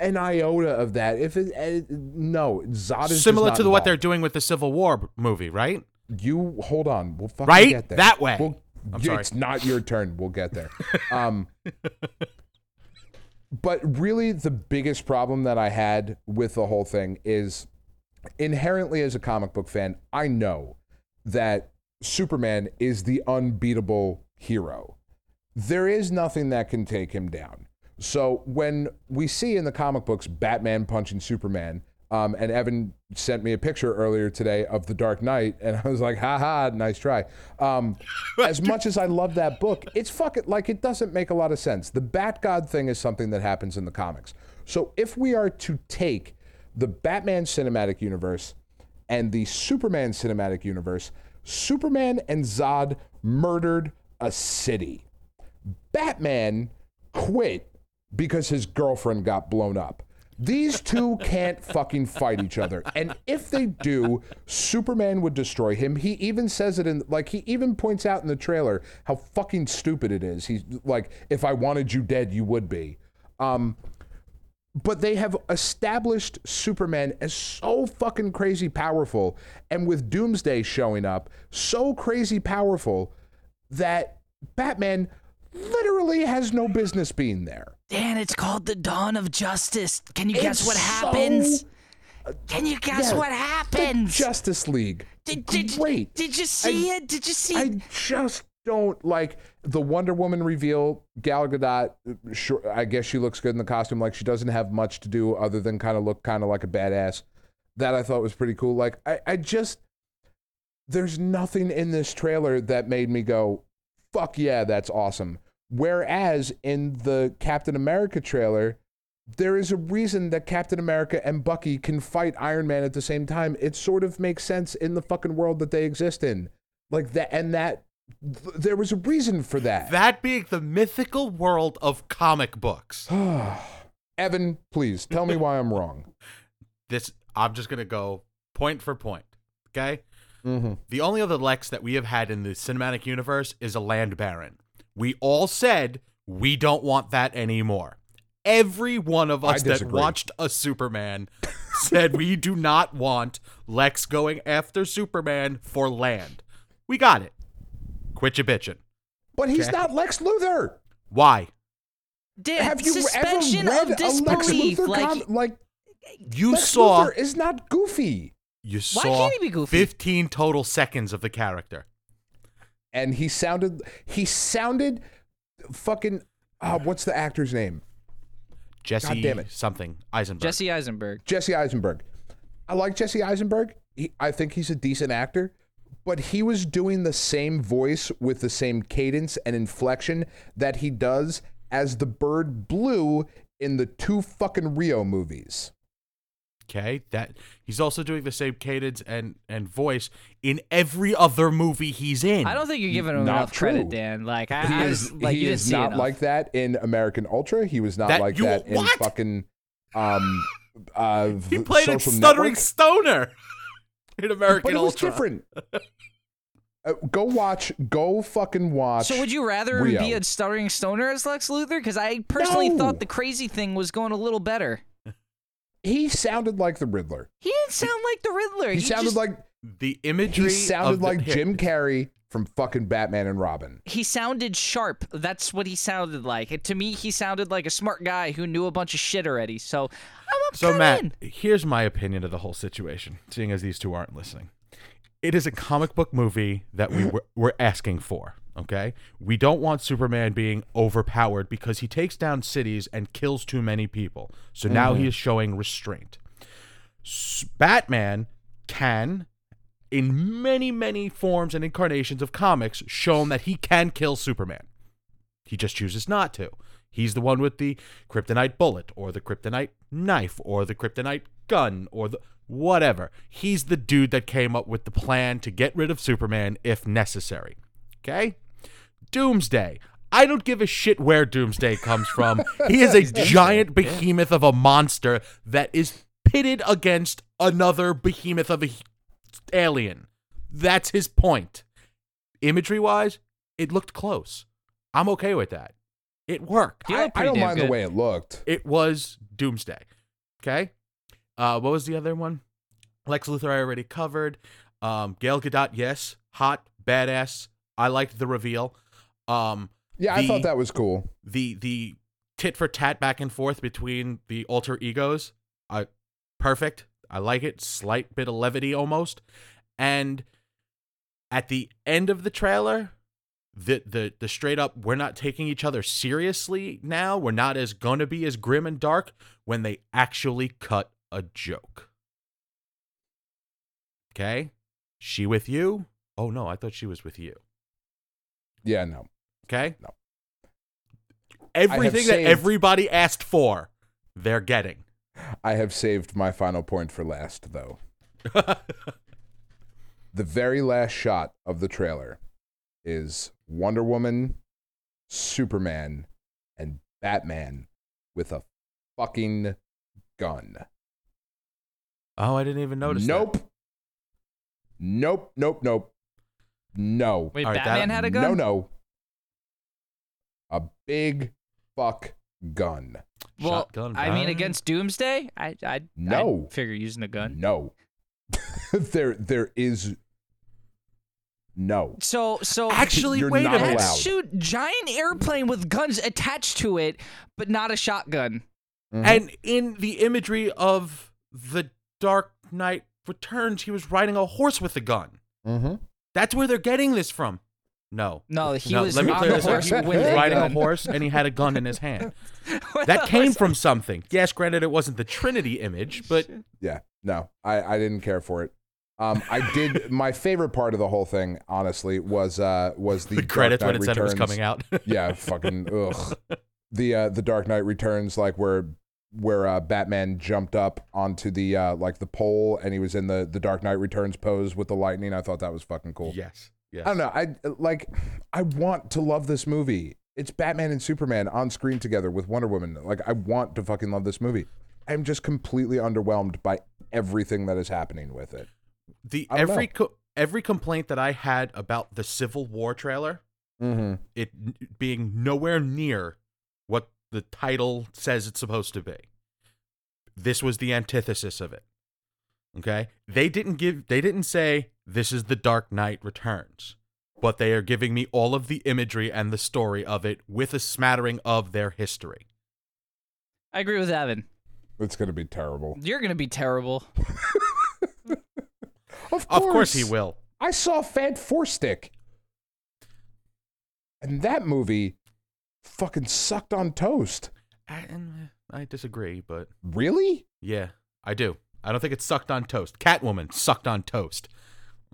S2: an iota of that. If it, eh, no, Zod is
S5: Similar
S2: just not
S5: to the, what
S2: involved.
S5: they're doing with the Civil War b- movie, right?
S2: You hold on. We'll fucking
S5: Right?
S2: get there.
S5: That way.
S2: We'll,
S5: I'm
S2: y-
S5: sorry.
S2: It's not your turn. We'll get there. Um, but really, the biggest problem that I had with the whole thing is inherently, as a comic book fan, I know that Superman is the unbeatable hero. There is nothing that can take him down. So when we see in the comic books Batman punching Superman, um, and Evan sent me a picture earlier today of The Dark Knight, and I was like, "Ha ha, nice try." Um, as much as I love that book, it's fucking like it doesn't make a lot of sense. The Bat God thing is something that happens in the comics. So if we are to take the Batman cinematic universe and the Superman cinematic universe, Superman and Zod murdered a city. Batman quit because his girlfriend got blown up. These two can't fucking fight each other. And if they do, Superman would destroy him. He even says it in like he even points out in the trailer how fucking stupid it is. He's like if I wanted you dead, you would be. Um but they have established Superman as so fucking crazy powerful and with Doomsday showing up, so crazy powerful that Batman literally has no business being there.
S4: Dan, it's called the dawn of justice. Can you guess
S2: It's
S4: what
S2: so-
S4: happens? Can you guess
S2: Yeah,
S4: what
S2: the
S4: happens?
S2: The Justice League.
S4: did, did,
S2: Great.
S4: Did you see it? Did you see?
S2: I just don't like the Wonder Woman reveal. Gal Gadot, sure, I guess she looks good in the costume. Like she doesn't have much to do other than kind of look kind of like a badass. That I thought was pretty cool. Like I, I just there's nothing in this trailer that made me go, "Fuck yeah, that's awesome." Whereas in the Captain America trailer, there is a reason that Captain America and Bucky can fight Iron Man at the same time. It sort of makes sense in the fucking world that they exist in. Like that, and that th- there was a reason for that.
S5: That being the mythical world of comic books.
S2: Evan, please tell me why I'm wrong.
S5: This I'm just gonna go point for point. Okay?
S2: Mm-hmm.
S5: The only other Lex that we have had in the cinematic universe is a land baron. We all said we don't want that anymore. Every one of
S2: I
S5: us that
S2: disagree.
S5: watched a Superman said we do not want Lex going after Superman for land. We got it. Quit your bitching.
S2: But he's
S5: Okay.
S2: not Lex Luthor.
S5: Why?
S4: Dan,
S2: Have you
S4: suspension
S2: ever read
S4: of
S2: a Lex
S4: disbelief.
S2: Luthor
S4: like,
S2: com- like
S5: You
S2: Lex
S5: saw
S2: Luthor is not goofy,
S5: you saw
S4: Why can't he be goofy?
S5: 15 total seconds of the character.
S2: and he sounded he sounded fucking. Uh, what's the actor's name?
S5: Jesse
S2: damn it.
S5: something Eisenberg.
S4: Jesse Eisenberg.
S2: Jesse Eisenberg. I like Jesse Eisenberg. He, I think he's a decent actor, but he was doing the same voice with the same cadence and inflection that he does as the bird Blue in the two fucking Rio movies.
S5: Okay, that he's also doing the same cadence and and voice in every other movie he's in.
S4: I don't think you're giving him
S2: Not
S4: enough credit,
S2: true.
S4: Dan. Like I,
S2: He
S4: I
S2: is,
S4: like
S2: he
S4: you didn't
S2: is
S4: see
S2: not
S4: enough.
S2: like that in American Ultra. He was not
S5: That-
S2: like
S5: you-
S2: that in
S5: what?
S2: fucking. Um, uh,
S5: he
S2: v-
S5: played a
S2: Social
S5: stuttering
S2: Network.
S5: stoner in American
S2: but it was
S5: Ultra.
S2: different. Uh, uh, go watch. Go fucking watch.
S4: So would you rather
S2: Rio.
S4: be a stuttering stoner as Lex Luthor? Because I personally
S2: No.
S4: thought the crazy thing was going a little better.
S2: He sounded like the Riddler.
S4: He didn't sound like the Riddler.
S2: He, sounded
S4: just-
S2: like
S5: The
S2: he
S5: imagery. of
S2: sounded
S5: the-
S2: like
S5: here,
S2: Jim Carrey from fucking Batman and Robin.
S4: he sounded sharp. That's what he sounded like. And to me, he sounded like a smart guy who knew a bunch of shit already. So I'm up
S5: So
S4: kinda
S5: Matt,
S4: in.
S5: here's my opinion of the whole situation. Seeing as these two aren't listening, it is a comic book movie that we were, were asking for. Okay, we don't want Superman being overpowered because he takes down cities and kills too many people. So now he is showing restraint. S- Batman can, in many many forms and incarnations of comics, shown that he can kill Superman. He just chooses not to. He's the one with the kryptonite bullet or the kryptonite knife or the kryptonite gun or the whatever. He's the dude that came up with the plan to get rid of Superman if necessary. Okay? Doomsday. I don't give a shit where Doomsday comes from. he is a giant behemoth of a monster that is pitted against another behemoth of a h- alien. That's his point. Imagery wise, it looked close. I'm okay with that. It worked.
S4: He
S2: I,
S4: looked
S2: I
S4: pretty
S2: don't
S4: damn
S2: mind
S4: good.
S2: the way it looked.
S5: It was Doomsday. Okay. Uh, what was the other one? Lex Luthor, I already covered. Um, Gail Gadot, yes, hot, badass. I liked the reveal. Um,
S2: Yeah, I
S5: the-
S2: thought that was cool.
S5: the the tit for tat back and forth between the alter egos. I perfect. I like it. Slight bit of levity almost. And at the end of the trailer, the the the straight up we're not taking each other seriously now. We're not as gonna be as grim and dark when they actually cut a joke. Okay? She with you? Oh no, I thought she was with you.
S2: Yeah, no.
S5: Okay?
S2: No.
S5: Everything that
S2: saved-
S5: everybody asked for, they're getting.
S2: I have saved my final point for last, though. the very last shot of the trailer is Wonder Woman, Superman, and Batman with a fucking gun.
S5: Oh, I didn't even notice. that.
S2: nope. Nope. Nope. Nope. No.
S4: Wait,
S5: All right, that-
S4: Batman had a gun.
S2: No. No. A big fuck gun.
S4: Well,
S5: Shotgun
S4: I mean,
S5: Batman?
S4: against Doomsday, I I
S2: No.
S4: figure using a gun.
S2: No. there. There is. No.
S4: So so
S5: Actually,
S2: You're
S5: wait a
S2: not
S5: minute.
S2: allowed.
S4: Let's shoot giant airplane with guns attached to it, but not a shotgun.
S5: And in the imagery of the Dark Knight Returns, he was riding a horse with a gun.
S2: Mm-hmm.
S5: That's where they're getting this from. No.
S4: No, he
S5: no,
S4: was
S5: let me
S4: on
S5: clear
S4: the
S5: this
S4: horse
S5: up.
S4: with a
S5: riding
S4: gun.
S5: a horse and he had a gun in his hand. That came from something. Yes, granted it wasn't the Trinity image, but
S2: Yeah, no, I, I didn't care for it. Um, I did. my favorite part of the whole thing, honestly, was uh, was the,
S5: the credits when it said it was coming
S2: out.
S5: out.
S2: Yeah, fucking ugh. The uh, the Dark Knight Returns, like where where uh, Batman jumped up onto the uh, like the pole and he was in the the Dark Knight Returns pose with the lightning. I thought that was fucking cool.
S5: Yes. Yes.
S2: I don't know. I like. I want to love this movie. It's Batman and Superman on screen together with Wonder Woman. Like, I want to fucking love this movie. I'm just completely underwhelmed by everything that is happening with it.
S5: The
S2: I don't know.
S5: every co- every complaint that I had about the Civil War trailer,
S2: Mm-hmm.
S5: it n- being nowhere near what the title says it's supposed to be. This was the antithesis of it. Okay? They didn't give they didn't say this is the Dark Knight Returns, but they are giving me all of the imagery and the story of it with a smattering of their history.
S4: I agree with Evan.
S2: It's gonna be terrible.
S4: You're gonna be terrible.
S2: Of course,
S5: Of course he will.
S2: I saw Fant Four Stick, and that movie fucking sucked on toast.
S5: I, uh, I disagree, but
S2: Really?
S5: Yeah, I do. I don't think it's sucked on toast. Catwoman sucked on toast.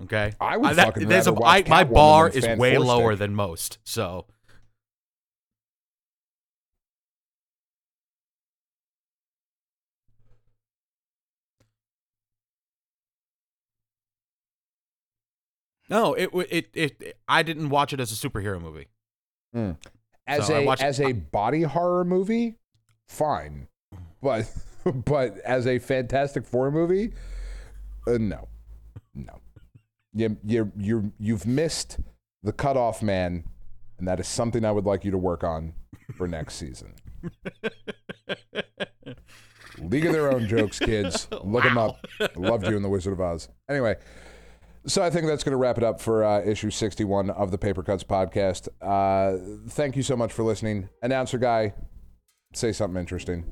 S5: Okay,
S2: I would
S5: Uh,
S2: fucking
S5: there's
S2: rather
S5: a-
S2: watch
S5: I- My
S2: Catwoman
S5: bar
S2: than
S5: is
S2: Fan
S5: way
S2: Four
S5: lower
S2: Stick.
S5: than most, so no, it wa- it it. I didn't watch it as a superhero movie.
S2: Mm. As
S5: So I
S2: a
S5: watched-
S2: as a body horror movie, fine, but but as a Fantastic Four movie, uh, no, no, you you you you've missed the cutoff man, and that is something I would like you to work on for next season. League of Their Own jokes, kids. Look them up. I loved you in The Wizard of Oz. Anyway, so I think that's going to wrap it up for uh, issue 61 of the Paper Cuts podcast. Uh, thank you so much for listening. Announcer guy, say something interesting.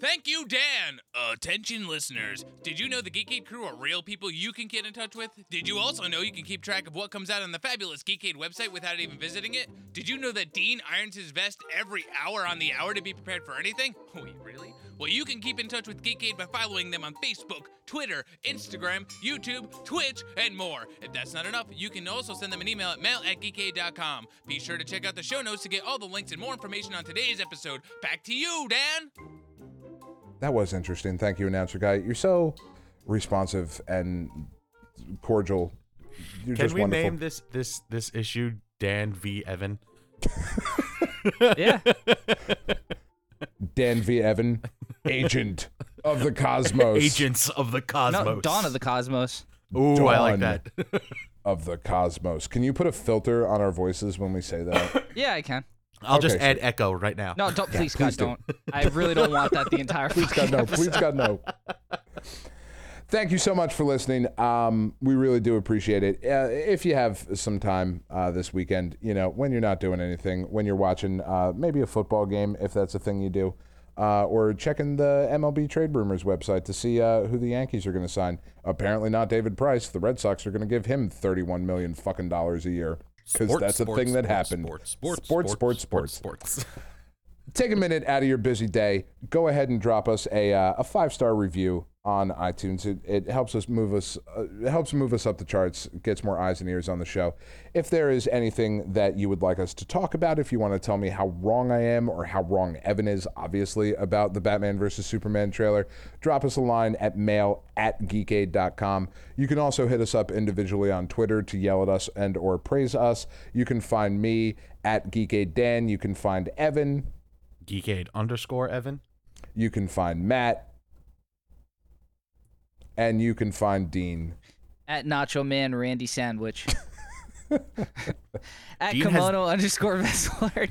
S1: Thank you, Dan! Attention, listeners. Did you know the Geekade crew are real people you can get in touch with? Did you also know you can keep track of what comes out on the fabulous Geekade website without even visiting it? Did you know that Dean irons his vest every hour on the hour to be prepared for anything? Wait, really? Well, you can keep in touch with Geekade by following them on Facebook, Twitter, Instagram, YouTube, Twitch, and more. If that's not enough, you can also send them an email at mail at geekade.com. Be sure to check out the show notes to get all the links and more information on today's episode. Back to you, Dan!
S2: That was interesting. Thank you, announcer guy. You're so responsive and cordial. You're
S5: Can
S2: just
S5: we
S2: wonderful.
S5: name this this this issue Dan v Evan?
S4: Yeah.
S2: Dan V. Evan, agent of the cosmos.
S5: Agents of the Cosmos.
S4: No, Dawn of the Cosmos.
S5: Ooh, I like
S2: Dawn.
S5: that.
S2: of the cosmos. Can you put a filter on our voices when we say that?
S4: Yeah, I can.
S5: I'll just
S2: Okay,
S5: add echo right now.
S4: No, don't please,
S2: please do.
S4: God, don't. I really don't want that the entire
S2: please God, no. Please God, no. Thank you so much for listening. Um, we really do appreciate it. Uh, if you have some time uh, this weekend, you know, when you're not doing anything, when you're watching uh, maybe a football game, if that's a thing you do, uh, or checking the MLB Trade Rumors website to see uh, who the Yankees are going to sign. Apparently not David Price. The Red Sox are going to give him 31 million fucking dollars a year because
S5: Sports,
S2: that's a
S5: sports,
S2: thing that
S5: sports,
S2: happened.
S5: Sports, sports,
S2: sports, sports, sports.
S5: sports. sports.
S2: take a minute out of your busy day. Go ahead and drop us a, uh, a five star review on iTunes. It, it helps us move us uh, it helps move us up the charts. Gets more eyes and ears on the show. If there is anything that you would like us to talk about, if you want to tell me how wrong I am or how wrong Evan is, obviously about the Batman versus Superman trailer, drop us a line at mail at geekade.com. You can also hit us up individually on Twitter to yell at us and or praise us. You can find me at geekade dan. You can find Evan
S5: Geekade underscore Evan.
S2: you can find Matt, and you can find Dean.
S4: At Nacho Man Randy Sandwich. At
S5: Dean has-
S4: kimono underscore Vessler.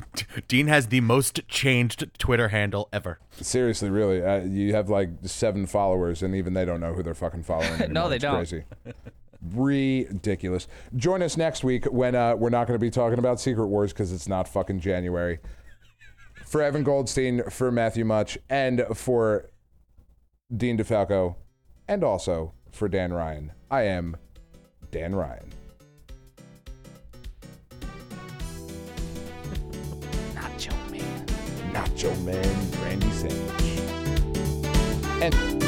S5: Dean has the most changed Twitter handle ever.
S2: Seriously, really, uh, you have like seven followers, and even they don't know who they're fucking following. anymore.
S4: they
S2: It's
S4: don't.
S2: Crazy. Ridiculous. Join us next week when uh, we're not going to be talking about Secret Wars because it's not fucking January. For Evan Goldstein, for Matthew Much, and for Dean DeFalco, and also for Dan Ryan, I am Dan Ryan.
S4: Nacho Man.
S2: Nacho Man Randy Sandwich. And.